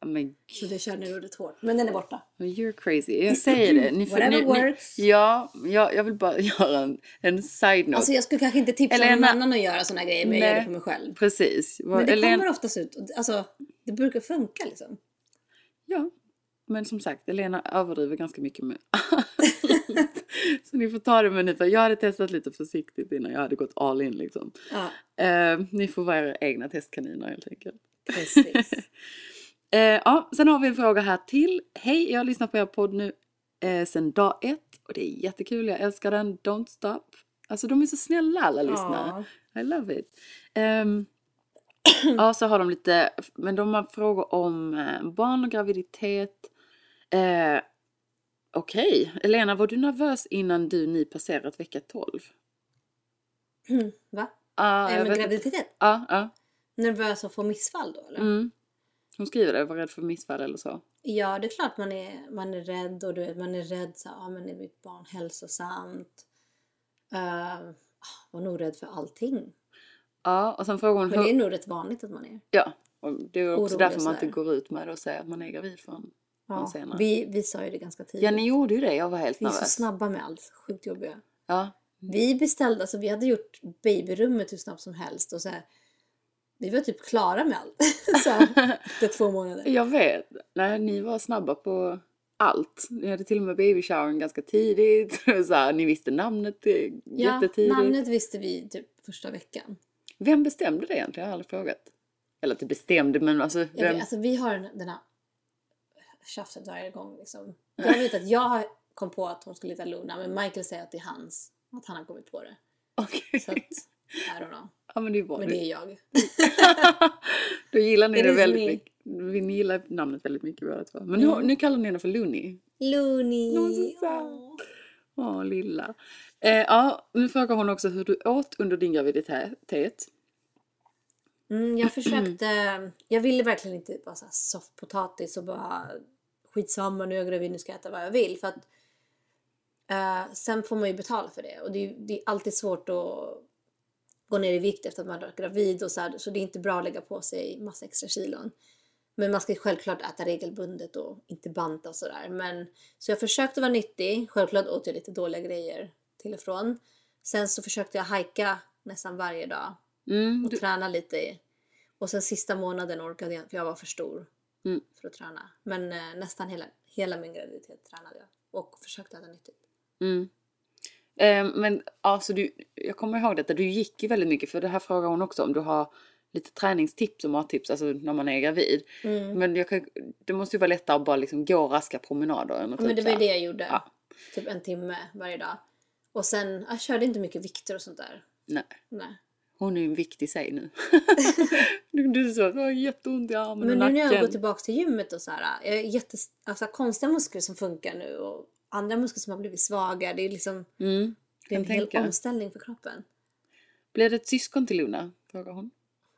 Ja, Men
Så det körde jag rätt hårt. Men den är borta.
Men You're crazy. Jag säger det. Ni får,
Mm, Whatever
ni,
works.
Ni, ja, jag, jag vill bara [LAUGHS] göra en, en side-note.
Alltså jag skulle kanske inte tipsa
Eller
någon
en-
annan att göra såna här grejer, men jag gör det på mig själv.
Precis.
Men det
Elena-
kommer oftast ut. Alltså, det brukar funka liksom.
Ja, men som sagt, Elena överdriver ganska mycket med [LAUGHS]
[LAUGHS]
Så ni får ta det med en nypa. Jag hade testat lite försiktigt innan jag hade gått all in liksom.
Ja,
Eh, ni får vara era egna testkaniner helt enkelt.
precis.
Eh, ja, sen har vi en fråga här till. Hej, jag har lyssnat på er podd nu eh, sen dag ett och det är jättekul. Jag älskar den. Don't stop. Alltså de är så snälla alla lyssnare. I love it. Ehm, [CLEARS THROAT] ja, så har de lite, men de har frågor om eh, barn och graviditet. Eh, Okej, Elena, var du nervös innan du ni passerat vecka 12?
[LAUGHS] Va?
Ah,
Nej, men
jag vet inte. Mm.
graviditet?
Ja, ja.
Nervös att få missfall då eller?
Hon skriver det, var rädd för missfall eller så.
Ja, det är klart man är, man är rädd och du vet, man är rädd så här, ah, men är mitt barn hälsosamt? Uh, var nog rädd för allting.
Ja, och sen frågar hon
Men
hur-
det är nog rätt vanligt att man är.
Ja, och det är också
Orolig
därför man
sådär.
inte går ut med det och säger att man är gravid förrän ja. senare.
Vi, vi sa ju det ganska tidigt.
Ja, ni gjorde ju det. Jag var helt
vi är så
nervös.
snabba med allt, sjukt jobbiga.
Ja.
Vi beställde, alltså vi hade gjort babyrummet hur snabbt som helst och så här, vi var typ [LAUGHS]
[LAUGHS]
klara med allt. så här, efter två månader.
Jag vet. Nej, ni var snabba på... allt. Ni hade till och med babyshowen ganska tidigt. [LAUGHS] så här, ni visste namnet eh,
Ja,
jättetidigt.
namnet visste vi typ första veckan.
Vem bestämde det egentligen? Jag har aldrig frågat. Eller inte bestämde, men alltså...
Jag
vem...
vet, alltså, vi har den, den här tjafset varje gång. Liksom. Jag vet att jag har- kom på att hon skulle heta Luna, men Michael säger att det är hans. Att han har kommit på det.
[LAUGHS] Okej.
Så att, I don't know.
Ja, men det är bra.
Men det är
[LAUGHS]
jag.
Då gillar ni
It
det
is
väldigt
me.
mycket. Vi ni gillar namnet väldigt mycket båda två. Men nu, nu kallar ni henne för Looney. Hon är
Looney.
så söt.
åh.
Åh, lilla. Eh, ja, nu frågar hon också hur du åt under din graviditet.
Mm, jag försökte, jag ville verkligen inte bara så här soffpotatis och bara skitsamma nu är jag gravid, nu ska jag äta vad jag vill. För att eh, sen får man ju betala för det och det är, ju- det är alltid svårt att gå ner i vikt efter att man är gravid och så här, så det är inte bra att lägga på sig massa extra kilon. Men man ska ju självklart äta regelbundet och inte banta och sådär. Men så jag försökte vara nyttig. Självklart åt jag lite dåliga grejer till och från. Sen så försökte jag hajka nästan varje dag
Mm,
och
du,
träna lite. i. Och sen sista månaden orkade jag inte för jag var för stor
Mm.
för att träna. Men eh, nästan hela, hela min graviditet tränade jag och försökte äta nyttigt.
mm. Eh, men alltså, du, jag kommer ihåg detta. Du gick ju väldigt mycket, för det här frågar hon också om du har lite träningstips och mattips, alltså när man är gravid.
Mm.
Men jag kan, det måste ju vara lättare att bara liksom gå raska promenader. än att
Ja, men
typ
det var ju
så här-
det jag gjorde.
Ja.
Typ en timme varje dag. Och sen, jag körde inte mycket vikter och sånt där.
Nej.
Nej.
Hon är ju en viktig
[LAUGHS]
sig nu. [LAUGHS] du, du sa att jag har jätteont i armen
Men
och
nu
nacken.
när jag går tillbaka till gymmet och så här, jag är jätte, alltså konstiga muskler som funkar nu och andra muskler som har blivit svaga. Det är liksom,
Mm,
det är en
kan
hel
tänka.
omställning för kroppen.
Blir det ett syskon till Luna? Frågar hon.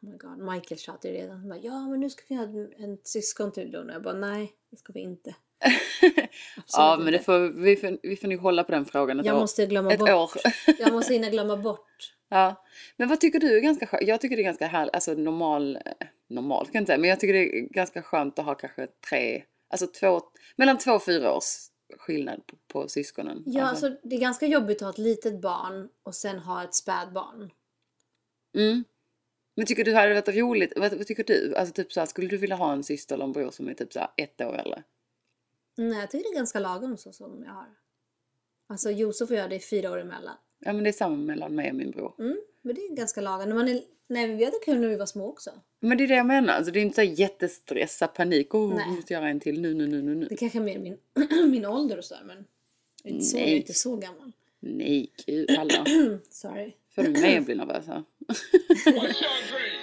Oh my god, Michael tjatar ju redan. Han bara, ja men nu ska vi ha en- en syskon till Luna. Jag bara, nej det ska vi inte.
[LAUGHS] ja,
Absolut
men det
inte.
får, vi, får, vi får nu hålla på den frågan ett
Jag
år.
måste glömma
ett
bort. [LAUGHS]
År. [LAUGHS]
jag måste hinna glömma bort.
ja. Men vad tycker du är ganska skönt? Jag tycker det är ganska härligt, alltså normal, eh, normalt kan jag inte säga, men jag tycker det är ganska skönt att ha kanske tre, alltså två, mellan två och fyra års skillnad på, på syskonen.
Ja, alltså, det är ganska jobbigt att ha ett litet barn och sen ha ett spädbarn.
Mm. Men tycker du det hade varit roligt? Vad, vad tycker du? Alltså typ så här, skulle du vilja ha en syster eller en bror som är typ så här ett år eller?
Nej, Mm, jag tycker det är ganska lagom så som jag har. Alltså Josef och jag, det är fyra år emellan.
Ja men det är samma mellan mig och min bror.
Mm, men det är ganska lagom. När man är... Nej, men vi hade kul när vi var små också.
Men det är det jag menar. Alltså det är inte så här jättestressa, panik. Åh,
Nej.
oh, måste göra en till nu, nu, nu, nu, nu.
Det kanske är mer min, [CLEARS THROAT] min ålder och sådär, men jag är inte så, jag är
Nej.
inte så gammal.
Nej, gud hallå.
Sorry.
Får du mig att bli nervös här?
What's your dream?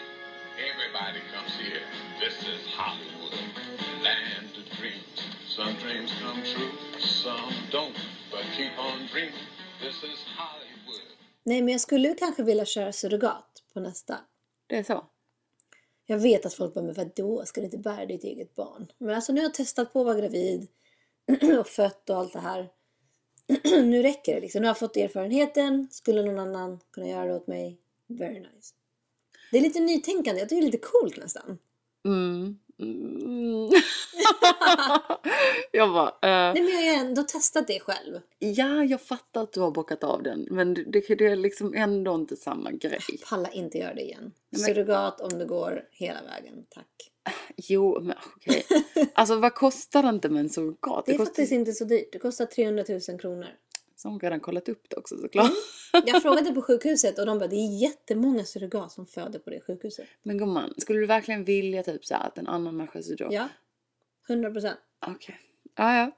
Everybody comes here. This is Hollywood, land of dreams. Some dreams come true, some don't. But keep on dreaming. This is Hollywood.
Nej, men jag skulle kanske vilja köra surrogat på nästa.
[LAUGHS] Det är så.
Jag vet att folk bara, men vadå, ska du inte bära ditt eget barn? Men alltså nu har jag testat på att vara gravid [CLEARS THROAT] och fött och allt det här. [CLEARS THROAT] nu räcker det liksom. Nu har jag fått erfarenheten. Skulle någon annan kunna göra det åt mig? Very nice. Det är lite nytänkande. Jag tycker det är lite coolt nästan.
Mm. mm. [LAUGHS] jag bara, eh,
Nej, men jag har ju ändå testat det själv.
ja jag fattar att du har bockat av den men det, det, det är liksom ändå inte samma grej.
Palla inte göra det igen. Surrogat om det går hela vägen. Tack.
Jo, men [LAUGHS] okej. Alltså vad kostar det inte med en surrogat?
Det är
kostar...
faktiskt inte så dyrt. Det kostar 300 000 kronor.
Så har hon redan kollat upp det också såklart.
Jag frågade på sjukhuset och de bara, det är jättemånga surrogat som föder på det sjukhuset.
[LAUGHS] Men gumman, skulle du verkligen vilja typ så här, att en annan människa surrogat?
Ja, 100 procent.
Okej. Ja, ja.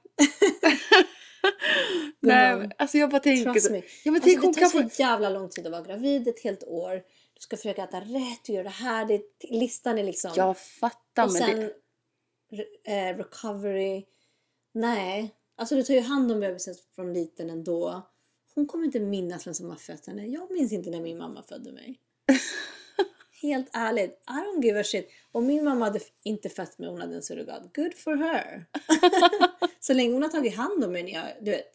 Nej,
Gumman,
alltså jag bara tänker...
eh, Trust
så-
me.
Ja, men
alltså,
tänk
det
hon
tar
kanske...
så jävla lång tid att vara gravid, ett helt år. Du ska försöka äta rätt, du gör det här. Det, listan är liksom...
Jag fattar,
och
men
sen
det...
re- eh, recovery. Nej. Alltså du tar ju hand om bebisen från liten ändå. Hon kommer inte minnas vem som har fött henne. Jag minns inte när min mamma födde
[LAUGHS]
mig. Helt ärligt, I don't give a shit. Och min mamma hade f- inte fött mig, hon hade en surrogat. Good for
[LAUGHS]
her! så länge hon har tagit hand om mig när jag, du vet.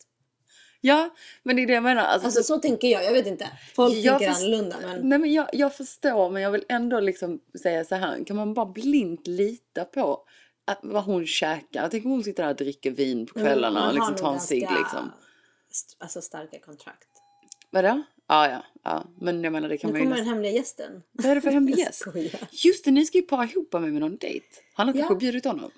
Ja, men det är det jag menar. Alltså,
Alltså så tänker jag, jag vet inte. Folk
jag
tänker
först-
annorlunda men...
Nej, men jag, jag förstår, men jag vill ändå liksom säga så här. Kan man bara blint lita på att, vad hon käkar? Jag tänker hon sitter där och dricker vin på kvällarna
Man
och
har
liksom
nog
tar en cigg
ganska
liksom.
st- Alltså starka kontrakt.
Vadå? Ja, ja, ja. Men jag menar det kan
Nu
man ju
kommer den
nästan...
hemliga gästen.
Vad är det för hemlig
[LAUGHS] Jag
gäst?
skojar.
Just det, ni ska ju para ihop mig med någon dejt. Han har
Ja.
kanske bjudit honom.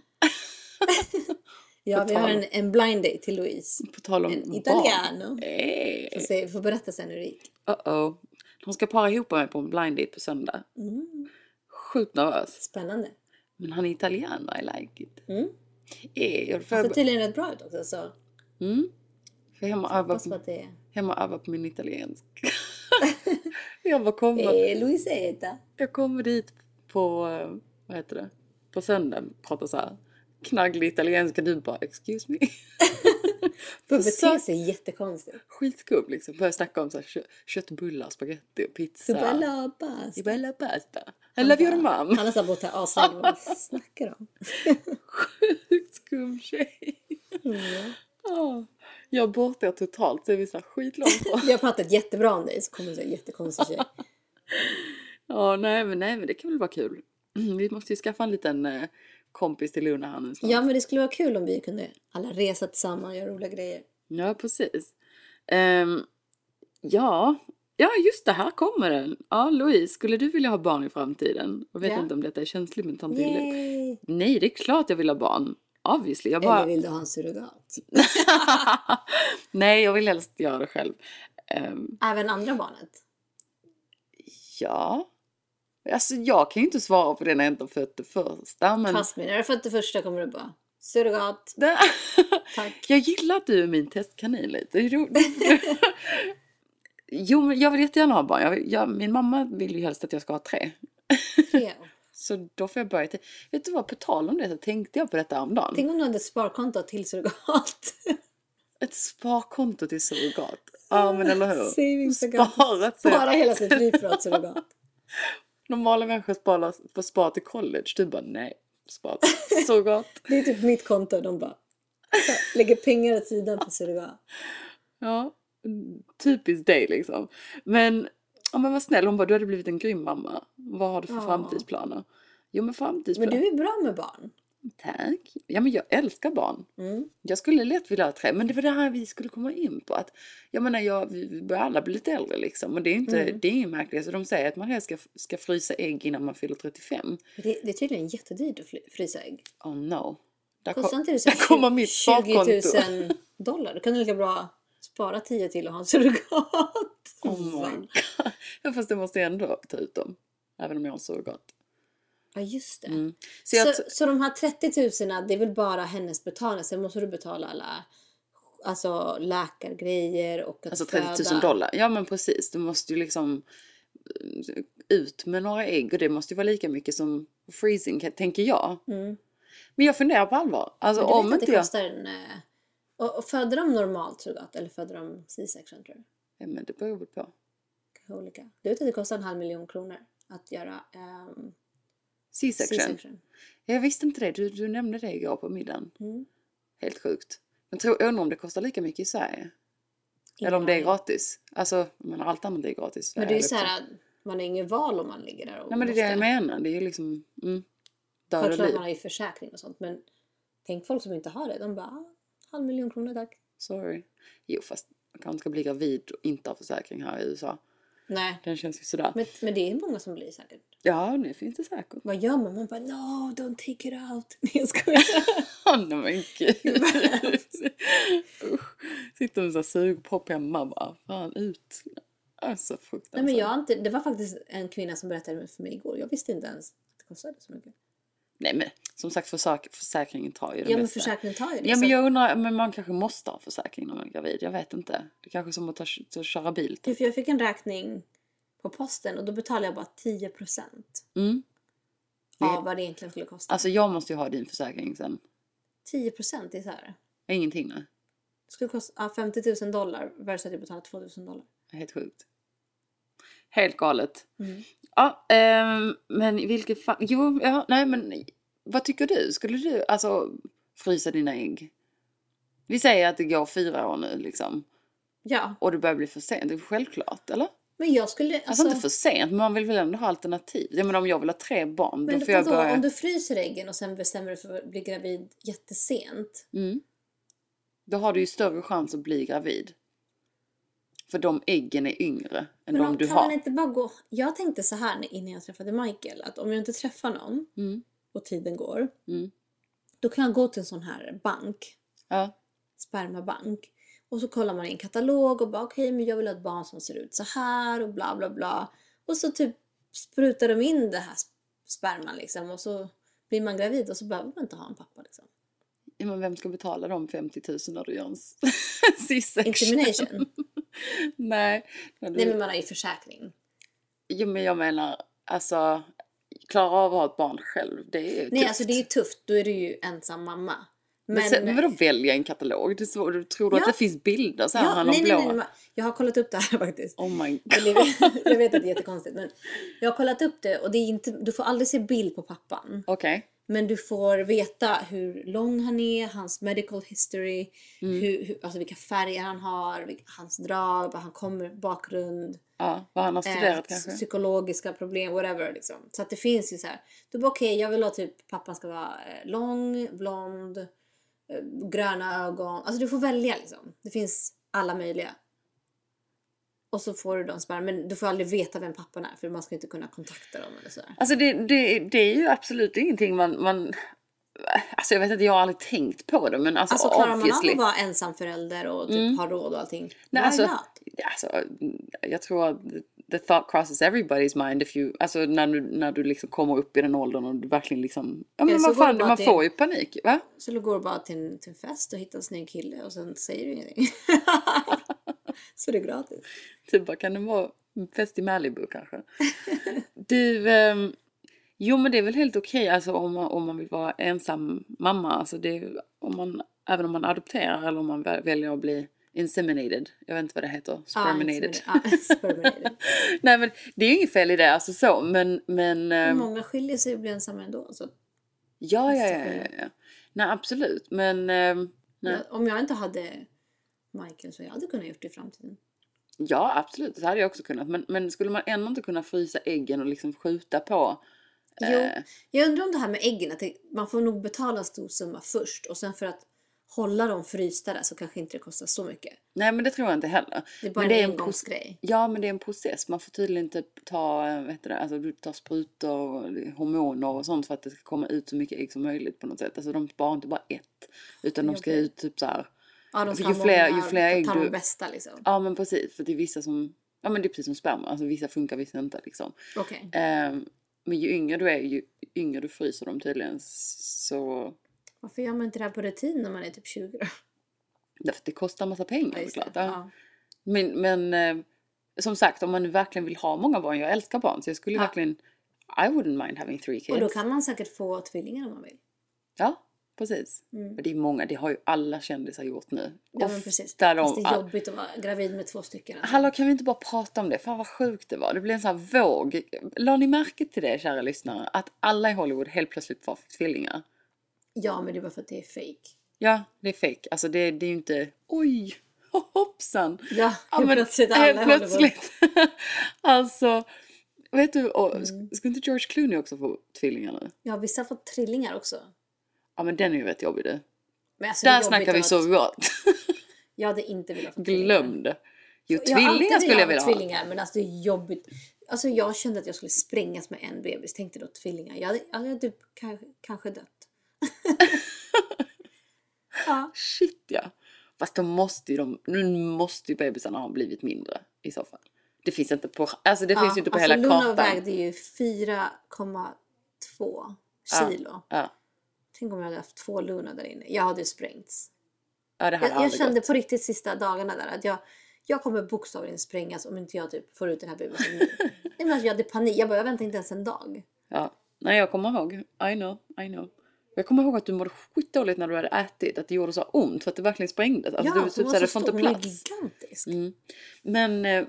Ja, vi
tal-
har en, en blind date till Louise.
På tal om
En
barn.
italiano.
Eh,
Får se- får berätta sen hur det gick.
Uh-oh. De ska para ihop mig på en blind date på söndag.
Mm.
Sjukt nervös.
Spännande.
Men han är italian, I like it.
Mm. Alltså, typ-
Eh, jag får
Han ser
öva,
tydligen rätt bra ut också så
mm. Får hemma öva,
hoppas på att det är...
hemma öva på min italiensk.
[LAUGHS]
jag bara kommer.
Eh, Louise är äta.
Jag kommer dit på, eh, vad heter det, på söndag pratar så här knagglig italienska. Du bara excuse me. [LAUGHS]
Hon beter
Försök-
sig jättekonstigt.
Skitskum liksom. Börjar snacka om så här, kö- köttbullar, spagetti och pizza.
Bella Bas.
I bella pasta. I love your mom.
Han
[LAUGHS]
har så här bott här aslänge. Vad snackar de?
Sjukt skum tjej. Mm. Ja. Jag bortar totalt så är vi så här skitlångt bort.
Vi har pratat jättebra om dig så kommer du en jättekonstig tjej.
Ja, nej men, nej men det kan väl vara kul. Mm, Vi måste ju skaffa en liten eh, kompis till Luna här nu snart.
Ja men det skulle vara kul om vi kunde alla resa tillsammans och göra roliga grejer.
Ja, precis. Ehm, ja. ja, just det, här kommer den. Ja, Louise, skulle du vilja ha barn i framtiden? Jag vet
Ja.
inte om detta är känsligt men tant Lulu.
Yay!
Nej, det är klart jag vill ha barn. Obviously. Jag bara...
Eller vill du ha en surrogat?
nej, jag vill helst göra det själv. Ehm,
Även andra barnet?
ja. Alltså, jag kan ju inte svara på det när jag inte har fött det första. Men...
Fast mig, när du har fött det första kommer du bara surrogat.
Det-
Tack.
Jag gillar att du är min testkanin lite. Det är roligt. [LAUGHS] Jo, men jag vill jättegärna ha barn. Jag, vill- jag, min mamma vill ju helst att jag ska ha tre.
Tre.
Så då får jag börja till. Vet du vad, på tal om det så tänkte jag på detta häromdagen.
Tänk om du hade ett sparkonto till surrogat.
Ett sparkonto till surrogat. Ja, men
[LAUGHS]
eller hur?
Savings account.
Spara till-
Spara hela sitt liv för att surrogat.
Normala människor sparar, får spara till college. Du bara nej, spara till surrogat.
Det är typ mitt konto och de bara så, lägger pengar åt sidan på surrogat.
Ja, typiskt dig liksom. Men, ja, men vad snäll, hon bara du hade blivit en grym mamma. Vad har du för
Ja.
framtidsplaner? Jo men
Men
framtidsplaner.
du är bra med barn.
Tack. Ja men jag älskar barn.
Mm.
Jag skulle lätt vilja ha tre, men det var det här vi skulle komma in på. Att, jag menar, jag, vi vi börjar alla bli lite äldre liksom. Och det är ju inte,
Mm.
det är ju märkligt. Så de säger att man helst ska, ska frysa ägg innan man fyller 35.
Men Det, det är tydligen jättedyrt att fly- frysa ägg.
Oh no. Där, kom,
Kostar inte det så
där kommer
här
mitt
20
sparkonto.
000 dollar? Då kan du lika bra spara 10 till och ha en surrogat.
Oh my god. Ja, fast det måste jag ändå ta ut dem. Även om jag har en surrogat.
Ja, just det.
Mm.
Så,
Så jag,
så, de här 30 000, det är väl bara hennes betalning. Sen måste du betala alla alltså, läkargrejer och att
Alltså 30
föda.
000 dollar. Ja men precis. Du måste ju liksom eh, ut med några ägg och det måste ju vara lika mycket som freezing tänker jag. Men jag funderar på allvar. Alltså
Men Mm. du
om
vet att
inte
det
jag...
kostar en... eh, Och, och föder de normalt surrogat eller föder de C-section tror du?
Ja, men det beror väl på.
Kanske Olika. Du vet att det kostar en halv miljon kronor att göra ehm,
C-section.
C-section?
Jag visste inte det. Du, du nämnde det igår på middagen.
Mm.
Helt sjukt. Jag tror, jag undrar om det kostar lika mycket i Sverige.
Ingen
Eller om det är
aning.
gratis. Alltså, men allt annat är gratis. i
Men
Sverige,
det är ju
liksom.
så här, att man har inget val om man ligger där och
Nej men det är det jag
måste-
menar. Det är ju liksom... Mm, död och
Självklart
liv.
man har ju försäkring och sånt men tänk folk som inte har det. De bara, "Ah, halv miljon kronor tack.
Sorry. Jo fast man kanske ska bli gravid och inte ha försäkring här i USA.
Nej.
Den känns ju sådär.
Men, men det är många som blir säkert.
Ja, nu finns det säkert. [LAUGHS]
Vad gör man? Man bara no, don't take it out. [LAUGHS] Nej jag skojar.
Åh nej men
[LAUGHS]
gud. Usch. Sitter med sån här sugpropp hemma och bara, fan ut. Alltså
Nej men
fruktansvärt.
jag har inte, det var faktiskt en kvinna som berättade för mig igår. Jag visste inte ens att det kostade så mycket.
Nej, men som sagt försäk- försäkringen tar ju det
Ja men
mesta.
försäkringen tar ju det.
Ja men
så
jag undrar, men man kanske måste ha försäkring när man är gravid. Jag vet inte. Det kanske är som att, ta, att köra bil.
Ja, för typ, jag fick en räkning på posten och då betalade jag bara 10 procent
Mm.
av vad det egentligen skulle kosta.
Alltså jag måste ju ha din försäkring sen.
10 procent är så här.
Ingenting nu.
Det skulle kosta ja, 50 000 dollar versus att jag betalar 2 000 dollar.
Helt sjukt. Helt galet.
Mm.
Ja, ehm, men vilket fan... Jo, ja, nej men vad tycker du? Skulle du alltså frysa dina ägg? Vi säger att det går fyra år nu liksom.
Ja,
Och det börjar bli för sent. Det är självklart, eller? Alltså,
men jag skulle... Alltså,
inte för sent, men man vill väl ändå ha alternativ. Jag menar om jag vill ha tre barn,
men
då får jag
vadå,
börja...
om du fryser äggen och sen bestämmer dig för att bli gravid jättesent.
Mm. Då har du ju större chans att bli gravid. För de äggen är yngre än
Men
de
om-
du
kan
har.
man inte bara gå... Jag tänkte så här när- innan jag träffade Michael, att om jag inte träffar någon
Mm.
och tiden går,
Mm.
då kan jag gå till en sån här bank
Ja.
spermabank. Och så kollar man i en katalog och bara okej men jag vill ha ett barn som ser ut så här och bla bla bla. Och så typ sprutar de in det här sp- sperman liksom och så blir man gravid och så behöver man inte ha en pappa liksom.
Ja, Men vem ska betala de 50 000 när du gör en s- [LAUGHS] C-section?
Insemination.
Nej. När du...
Nej men man har ju försäkring.
Jo men jag menar, alltså klara av att ha ett barn själv, det är ju
Nej
tufft.
alltså det är ju tufft, då är du ju ensam mamma. Men,
Men, sen, men vadå välja en katalog? Det är svårt. Du tror du att
Ja.
det finns bilder så här,
ja,
han
nej,
har
nej,
blå?
nej, nej, jag har kollat upp det här [LAUGHS] faktiskt.
Oh my
Jag
god.
vet- [LAUGHS] jag vet att det är jättekonstigt men jag har kollat upp det och det är inte, du får aldrig se bild på pappan.
Okej.
Men du får veta hur lång han är, hans medical history,
Mm.
hur, hur, alltså vilka färger han har, vilka, hans drag, var han kommer, bakgrund,
Ja, vad han har
eh,
studerat kanske?
psykologiska problem, whatever. Liksom. Så att det finns ju så här. Du bara okej, jag vill ha typ pappan ska vara eh, lång, blond, eh, gröna ögon. Alltså du får välja liksom. Det finns alla möjliga. Och så får du de sperma, men du får aldrig veta vem pappan är för man ska inte kunna kontakta dem eller sådär.
Alltså det, det, det är ju absolut ingenting man, man... Alltså jag vet inte, jag har aldrig tänkt på det men alltså,
Alltså klarar man av
obviously. Mm.
att vara ensamförälder och typ ha råd och allting?
Nej,
why
alltså,
not?
alltså, jag tror att the thought crosses everybody's mind if you, alltså när du, när du liksom kommer upp i den åldern och du verkligen liksom, ja men
Eller så
man,
går
fan,
det bara
man
till-
får ju panik va?
Så då går du bara till en, till en fest och hittar en snygg kille och sen säger du ingenting. [LAUGHS] så det är gratis.
Typ bara, kan det vara en fest i Malibu
[LAUGHS]
kanske? du, ehm, jo men det är väl helt okej alltså om man, om man vill vara ensam mamma, alltså det, är- om man, även om man adopterar eller om man väl- väljer att bli inseminated, jag vet inte vad det heter,
Ja,
sperminated.
[LAUGHS] inseminated. Ja, sperminated.
Nej men det är ju inget fel i det alltså så, men, men
Men
ehm,
Många skiljer sig och blir ensamma ändå. Alltså, Så
Ja, ja,
Nästa
ja, ja,
skillnad.
ja. Nej, absolut. Men ehm, nej.
jag, om jag inte hade Michael så jag hade kunnat gjort det i framtiden.
ja, absolut. Det hade jag också kunnat. Men, men skulle man ändå inte kunna frysa äggen och liksom skjuta på? eh,
Jo, jag undrar om det här med äggen, att det, man får nog betala en stor summa först och sen för att hålla dem frysta där så kanske inte det kostar så mycket.
Nej, men det tror jag inte heller.
Det är bara
men
en
proc-
engångsgrej.
Ja, men det är en process. Man får tydligen inte ta, eh, vad heter det, alltså du tar sprutor och hormoner och sånt för att det ska komma ut så mycket ägg som möjligt på något sätt. Alltså de sparar inte bara ett, utan de ska
Jobbigt.
ut typ så här.
Ja, de
För
ska
ju
ha
fler-
många,
ju fler ägg
ta
du-
de bästa liksom.
Ja, men precis. För det är vissa som, ja men det är precis som sperma. Alltså vissa funkar, vissa inte liksom.
Okej.
Ehm, men ju yngre du är, ju yngre du fryser dem tydligen. Så...
Varför gör man inte det här på rutin när man är typ 20 då?
Därför att det kostar en massa pengar
just det.
såklart. Ja. Men, men eh, som sagt, om man nu verkligen vill ha många barn, jag älskar barn, så jag skulle
Ja.
verkligen... I wouldn't mind having three kids.
Och då kan man säkert få tvillingar om man vill.
Ja, precis. Och det är många, det har ju alla kändisar gjort nu.
Mm. Ja men precis.
Ofta
Fast
de...
det är jobbigt att vara gravid med två stycken. alltså.
Hallå, kan vi inte bara prata om det? Fan vad sjukt det var. Det blev en sån här våg. La ni märke till det, kära lyssnare? Att alla i Hollywood helt plötsligt var tvillingar.
Ja men det är bara för att det är fake.
Ja, det är fake. Alltså det, det är ju inte... Oj! [LAUGHS] Hoppsan!
Ja, helt plötsligt alla
helt
i Hollywood.
plötsligt. [LAUGHS] alltså, vet du, och,
Mm.
sk- ska inte George Clooney också få tvillingar nu?
Ja vissa har fått trillingar också.
Ja, men den är ju rätt jobbig du.
Men alltså, det är
Där
jobbigt
snackar vi
att-
surrogat.
Jag hade inte velat ha [LAUGHS] tvillingar.
Glöm det. Jo,
Jag har alltid
tvillingar skulle
velat
jag vilja ha.
tvillingar men alltså det är jobbigt. Alltså jag kände att jag skulle sprängas med en bebis. Tänkte då tvillingar. Jag hade, jag hade typ kanske, kanske
[LAUGHS]
dött. ja.
Shit ja. Fast de måste ju de, nu måste ju bebisarna ha blivit mindre i så fall. Det finns inte på, alltså det finns ju inte på
alltså
hela
Luna
kartan.
vägde ju 4,2 kilo.
Ja,
Tänk om jag hade haft två Luna där inne. Jag hade ju sprängts.
ja det hade
Jag, jag
aldrig
kände
gått.
på riktigt sista dagarna där att jag, jag kommer bokstavligen sprängas om inte jag typ får ut den här
[LAUGHS]
bebisen nu. Nej, men alltså jag hade panik. Jag bara, jag väntar inte ens en dag.
Ja. Nej, jag kommer ihåg. I know, I know. Jag kommer ihåg att du mådde skitdåligt när du hade ätit, att det gjorde så ont för att det verkligen sprängdes. Alltså,
ja,
du
hon
typ
var
såhär, det
så
får inte
stor. Hon var
plats. Mm.
gigantisk.
Men, eh,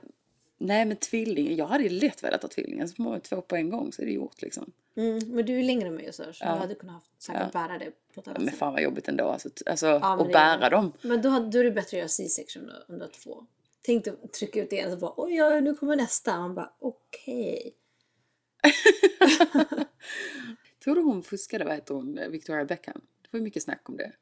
nej men tvillingar, jag hade ju lätt velat ha tvillingar. Så var det två på en gång så är det gjort liksom.
Mm, men du är längre än mig så, så du hade kunnat ha, säkert bära det på ett annat
Men
sätt.
fan vad jobbigt ändå alltså, t- alltså
Ja, men
att
det-
bära dem.
Men då, hade- då är det bättre att göra C-section då, om du har två. Tänk dig att trycka ut det ena och bara oj, ja, nu kommer nästa. Man bara okej.
Tror du hon fuskade, vad heter hon, eh, Victoria Beckham? Det var ju mycket snack om det.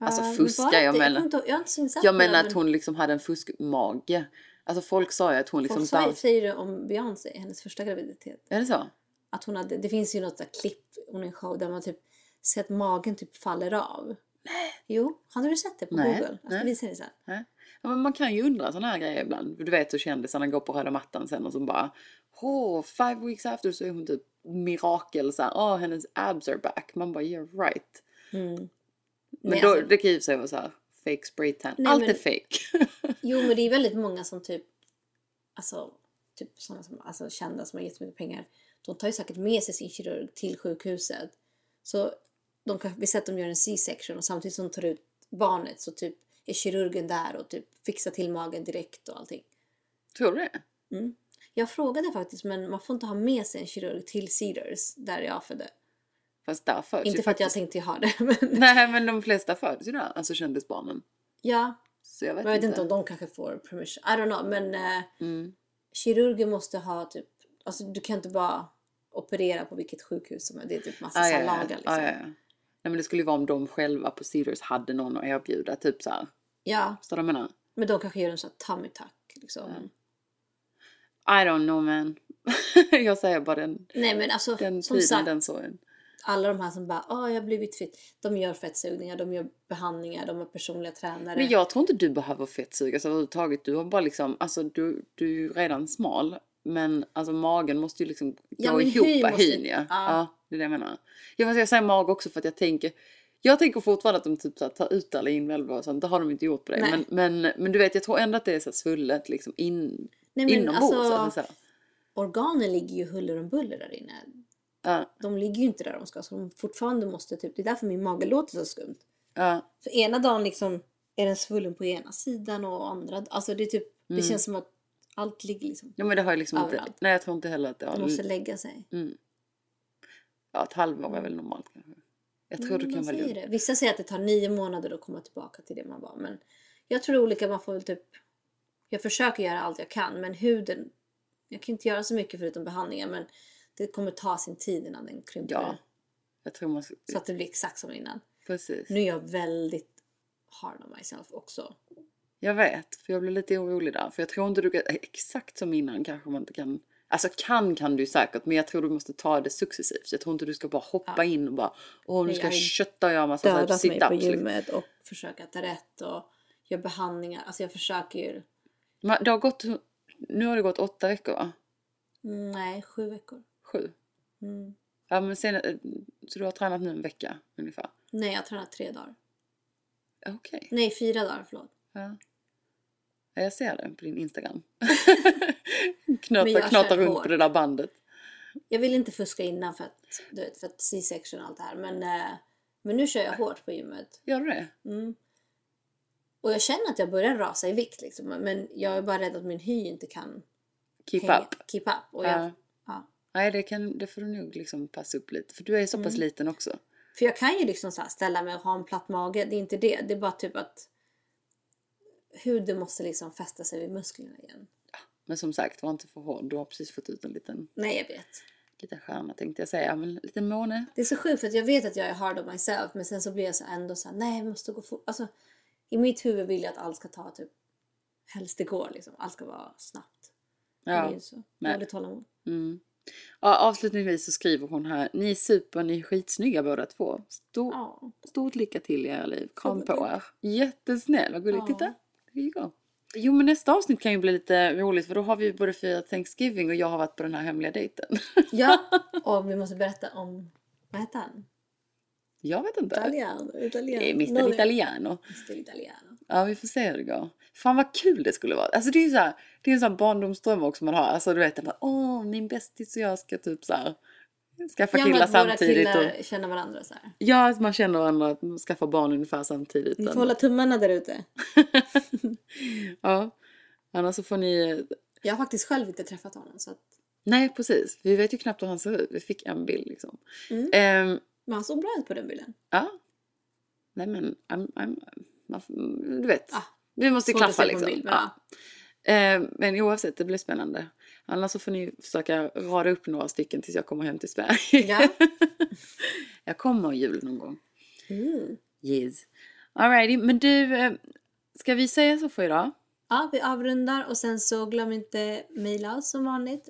Alltså
Ja, men var
fuska,
det
jag
inte- kommer
menar.
inte ihåg- Jag, är inte så insatt
Jag
i det,
menar att hon liksom hade en fuskmage. Alltså folk sa ju att hon liksom...
Folk sa ju-
dans-
säger det om Beyoncé, hennes första graviditet.
Är det så?
Att hon hade, det finns ju något där klipp, hon är en show, där man typ ser att magen typ faller av. Jo, hade du sett det på
Nej,
Google? Jag
nej.
ska visa dig sen.
Nej. Ja, men man kan ju undra sådana här grejer ibland. Du vet hur kändisarna går på röda mattan sen och så bara Åh, five weeks after så är hon typ mirakel så här, Åh, hennes abs are back. Man bara yeah right. Men,
Mm. Men
då,
alltså-
det kan ju i och för sig vara så här fake spray tan.
Nej,
Allt
men-
är fake. [LAUGHS]
Jo, men det är väldigt många som typ, alltså, typ sådana som, alltså kända som har jättemycket pengar. De tar ju säkert med sig sin kirurg till sjukhuset. Så de kan, vi säger att de gör en C-section och samtidigt som de tar ut barnet så typ är kirurgen där och typ fixar till magen direkt och allting.
Tror du det?
Jag frågade faktiskt, men man får inte ha med sig en kirurg till Cedars där jag födde.
Fast där föds ju
Inte för att jag tänkte ha det, [LAUGHS] men
[LAUGHS] Nej men de flesta föds ju där, alltså kändisbarnen.
ja,
Så jag vet,
Men jag vet inte om de kanske får permission. I don't know. Men eh,
Mm.
kirurger måste ha typ... Alltså du kan inte bara operera på vilket sjukhus som helst. Det är typ massa ah,
Ah, ja,
lagar
ja, ja.
liksom.
Ah, ja, ja. Nej men det skulle ju vara om de själva på Cedars hade någon att erbjuda, typ så här.
Ja,
Förstår du vad jag menar?
men de kanske gör en sån här tummy tuck liksom.
I don't know man. [LAUGHS] jag säger bara den,
Nej men alltså
den
som
tiden,
sagt.
den sorgen.
Alla de här som bara ah jag har blivit fit. De gör fettsugningar, de gör behandlingar, de har personliga tränare.
Men jag tror inte du behöver fettsugas överhuvudtaget. Du har bara liksom, alltså du, du är ju redan smal. Men alltså magen måste ju liksom gå
Ja, men
ihop.
hy
Hyn,
måste-
ja.
ja.
ja. det är det jag menar. Jag, fast jag säger mag också för att jag tänker. Jag tänker fortfarande att de typ så här, tar ut alla inälvor och sånt. Det har de inte gjort på dig.
Nej.
Men, men, men du vet, jag tror ändå att det är så här svullet liksom in,
Nej, men
inombords.
alltså-
Alltså, så
Organen ligger ju huller om buller där inne.
här. Ja,
De ligger ju inte där de ska. Så de fortfarande måste typ. Det är därför min mage låter så skumt.
ja.
För ena dagen liksom är den svullen på ena sidan och andra... Alltså det, är typ, det känns som att allt ligger liksom...
Mm. ja, men det har ju liksom inte.
Överallt.
Nej, jag tror inte heller att det har.
Man måste lägga sig.
Ja, ett halvår är väl normalt kanske. Jag tror du
Mm, Man
kan vara
säger
lugn.
det. Vissa säger att det tar nio månader att komma tillbaka till det man var. Men jag tror olika, man får väl typ... Jag försöker göra allt jag kan men huden... Jag kan inte göra så mycket förutom behandlingar men det kommer ta sin tid innan den krymper.
Ja. Jag tror man ska...
Så att det blir exakt som innan.
Precis.
Nu är jag väldigt hard on myself också.
Jag vet, för jag blev lite orolig där. För jag tror inte du kan, exakt som innan kanske man inte kan. Alltså kan kan du ju säkert, men jag tror du måste ta det successivt. Jag tror inte du ska bara hoppa in och bara åh nu
Nej,
ska
jag har
jag
ju
kötta och göra massa så här
dödat mig på
sit-ups. Liksom.
gymmet och försöka ta rätt och göra behandlingar. Alltså jag försöker ju.
Men Det har gått, nu har det gått åtta veckor va?
Mm, Nej, sju veckor. Mm.
Sju? Ja men sen, eh, så du har tränat nu en vecka ungefär?
Nej, jag har tränat tre dagar.
Okej,
Nej, fyra dagar, förlåt.
ja, jag ser det på din Instagram.
[LAUGHS] Men
knöta
jag
knöta
kör
runt
hårt.
på det där bandet.
Jag vill inte fuska innan för att, du vet, för att C-section och allt det här. Men, eh, men nu kör jag hårt på gymmet. Mm.
Gör du det?
Och jag känner att jag börjar rasa i vikt liksom. Men jag är bara rädd att min hy inte kan
Keep
hänga-
up.
Keep up. Och
Ja.
jag, ja.
Nej, det, kan, det får du nog liksom passa upp lite. För du är så
Mm.
pass liten också.
För jag kan ju liksom så här ställa mig och ha en platt mage. Det är inte det. Det är bara typ att huden måste liksom fästa sig vid musklerna igen.
Men som sagt, var inte för hård. Du har precis fått ut en liten,
Nej, jag vet.
liten stjärna tänkte jag säga. Men en liten måne.
Det är så sjukt för att jag vet att jag är hard on myself men sen så blir jag så ändå så här, nej jag måste gå fort. Alltså, I mitt huvud vill jag att allt ska ta typ, helst det går liksom. Allt ska vara snabbt. Men Det är
Ja.
ju så. Jag har aldrig tålamod.
Mm. ja. Avslutningsvis så skriver hon här. Ni är super, ni är skitsnygga båda två. Stor,
Ja.
Stort lycka till i era liv. Kram på er. Jättesnäll, vad gulligt. Titta, det är igång. Jo men nästa avsnitt kan ju bli lite roligt för då har vi ju både firat Thanksgiving och jag har varit på den här hemliga dejten. [LAUGHS]
Ja, och vi måste berätta om, vad heter han?
Jag vet inte.
Italiano. Italiano.
Det är Mr.
Någon-
Italiano.
Mr. Italiano.
Ja, vi får se hur det går. Fan vad kul det skulle vara. Alltså det är ju så här, det är en sån här barndomsdröm också man har. Alltså du vet, jag bara, åh min bästis och jag ska typ så här, skaffa
Ja, men
killar
att våra
samtidigt.
killar
Och,
känner varandra så här.
ja, att man känner varandra, att man skaffar barn ungefär samtidigt.
Ni får hålla tummarna där ute.
[LAUGHS] ja, annars så får ni...
Jag har faktiskt själv inte träffat honom så att,
Nej, precis. Vi vet ju knappt hur han ser ut. Vi fick en bild liksom.
Mm.
Ehm,
men han såg bra ut på den bilden.
ja. Nej men, I'm, I'm, man, får- du vet. Vi måste
Ah. Svårt att se på
klaffa
en
liksom.
bild, men
ja. Eh, Men oavsett, det blir spännande. Annars så får ni försöka rada upp några stycken tills jag kommer hem till Sverige.
Ja.
[LAUGHS] jag kommer i jul någon gång. Yes. Alrighty, men du, eh, ska vi säga så för idag?
Ja, vi avrundar och sen så glöm inte mejla oss som vanligt.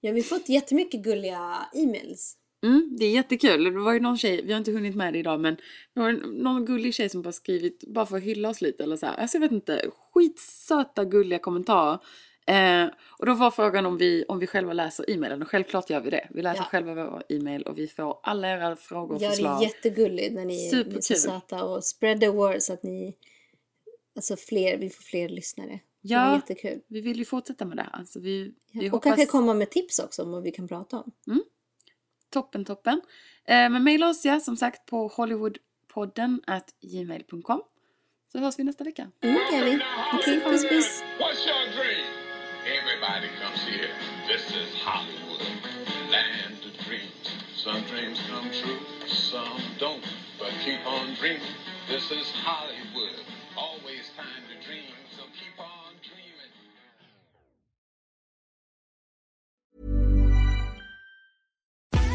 Ja, vi har fått jättemycket gulliga e-mails.
Mm, det är jättekul. Det var ju någon tjej, vi har inte hunnit med det idag, men det var en- någon gullig tjej som bara skrivit, bara för att hylla oss lite eller så här. Alltså jag vet inte, skitsöta gulliga kommentarer. Eh, och då var frågan om vi, om vi själva läser e-mailen och självklart gör vi det. Vi läser
Ja.
själva vår e-mail och vi får alla era frågor och
Ja, det
förslag.
är jättegulligt när ni, ni är så
Superkul.
söta och spread the word så att ni, alltså fler, vi får fler lyssnare. Det
Ja.
är jättekul.
Vi vill ju fortsätta med det här. Alltså vi, vi
Och
hoppas...
kanske komma med tips också om vad vi kan prata om.
Toppen, toppen. Eh, men mejla oss ja, som sagt på hollywoodpodden at gmail.com. Så hörs vi nästa vecka.
Mm, det gör vi. Okej, puss puss.
What's your dream? Everybody comes here. This is Hollywood, land of dreams. Some dreams come true, some don't. But keep on dreaming. This is Hollywood. Always time to dream, so keep on dreaming.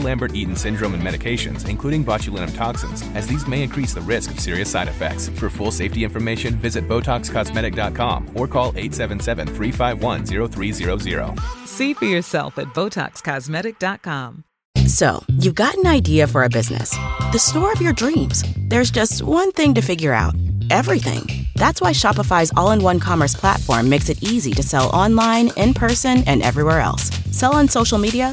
Lambert Eaton syndrome and medications, including botulinum toxins, as these may increase the risk of serious side effects. For full safety information, visit BotoxCosmetic.com or call 877 351 0300.
See for yourself at BotoxCosmetic.com.
So, you've got an idea for a business, the store of your dreams. There's just one thing to figure out everything. That's why Shopify's all in one commerce platform makes it easy to sell online, in person, and everywhere else. Sell on social media,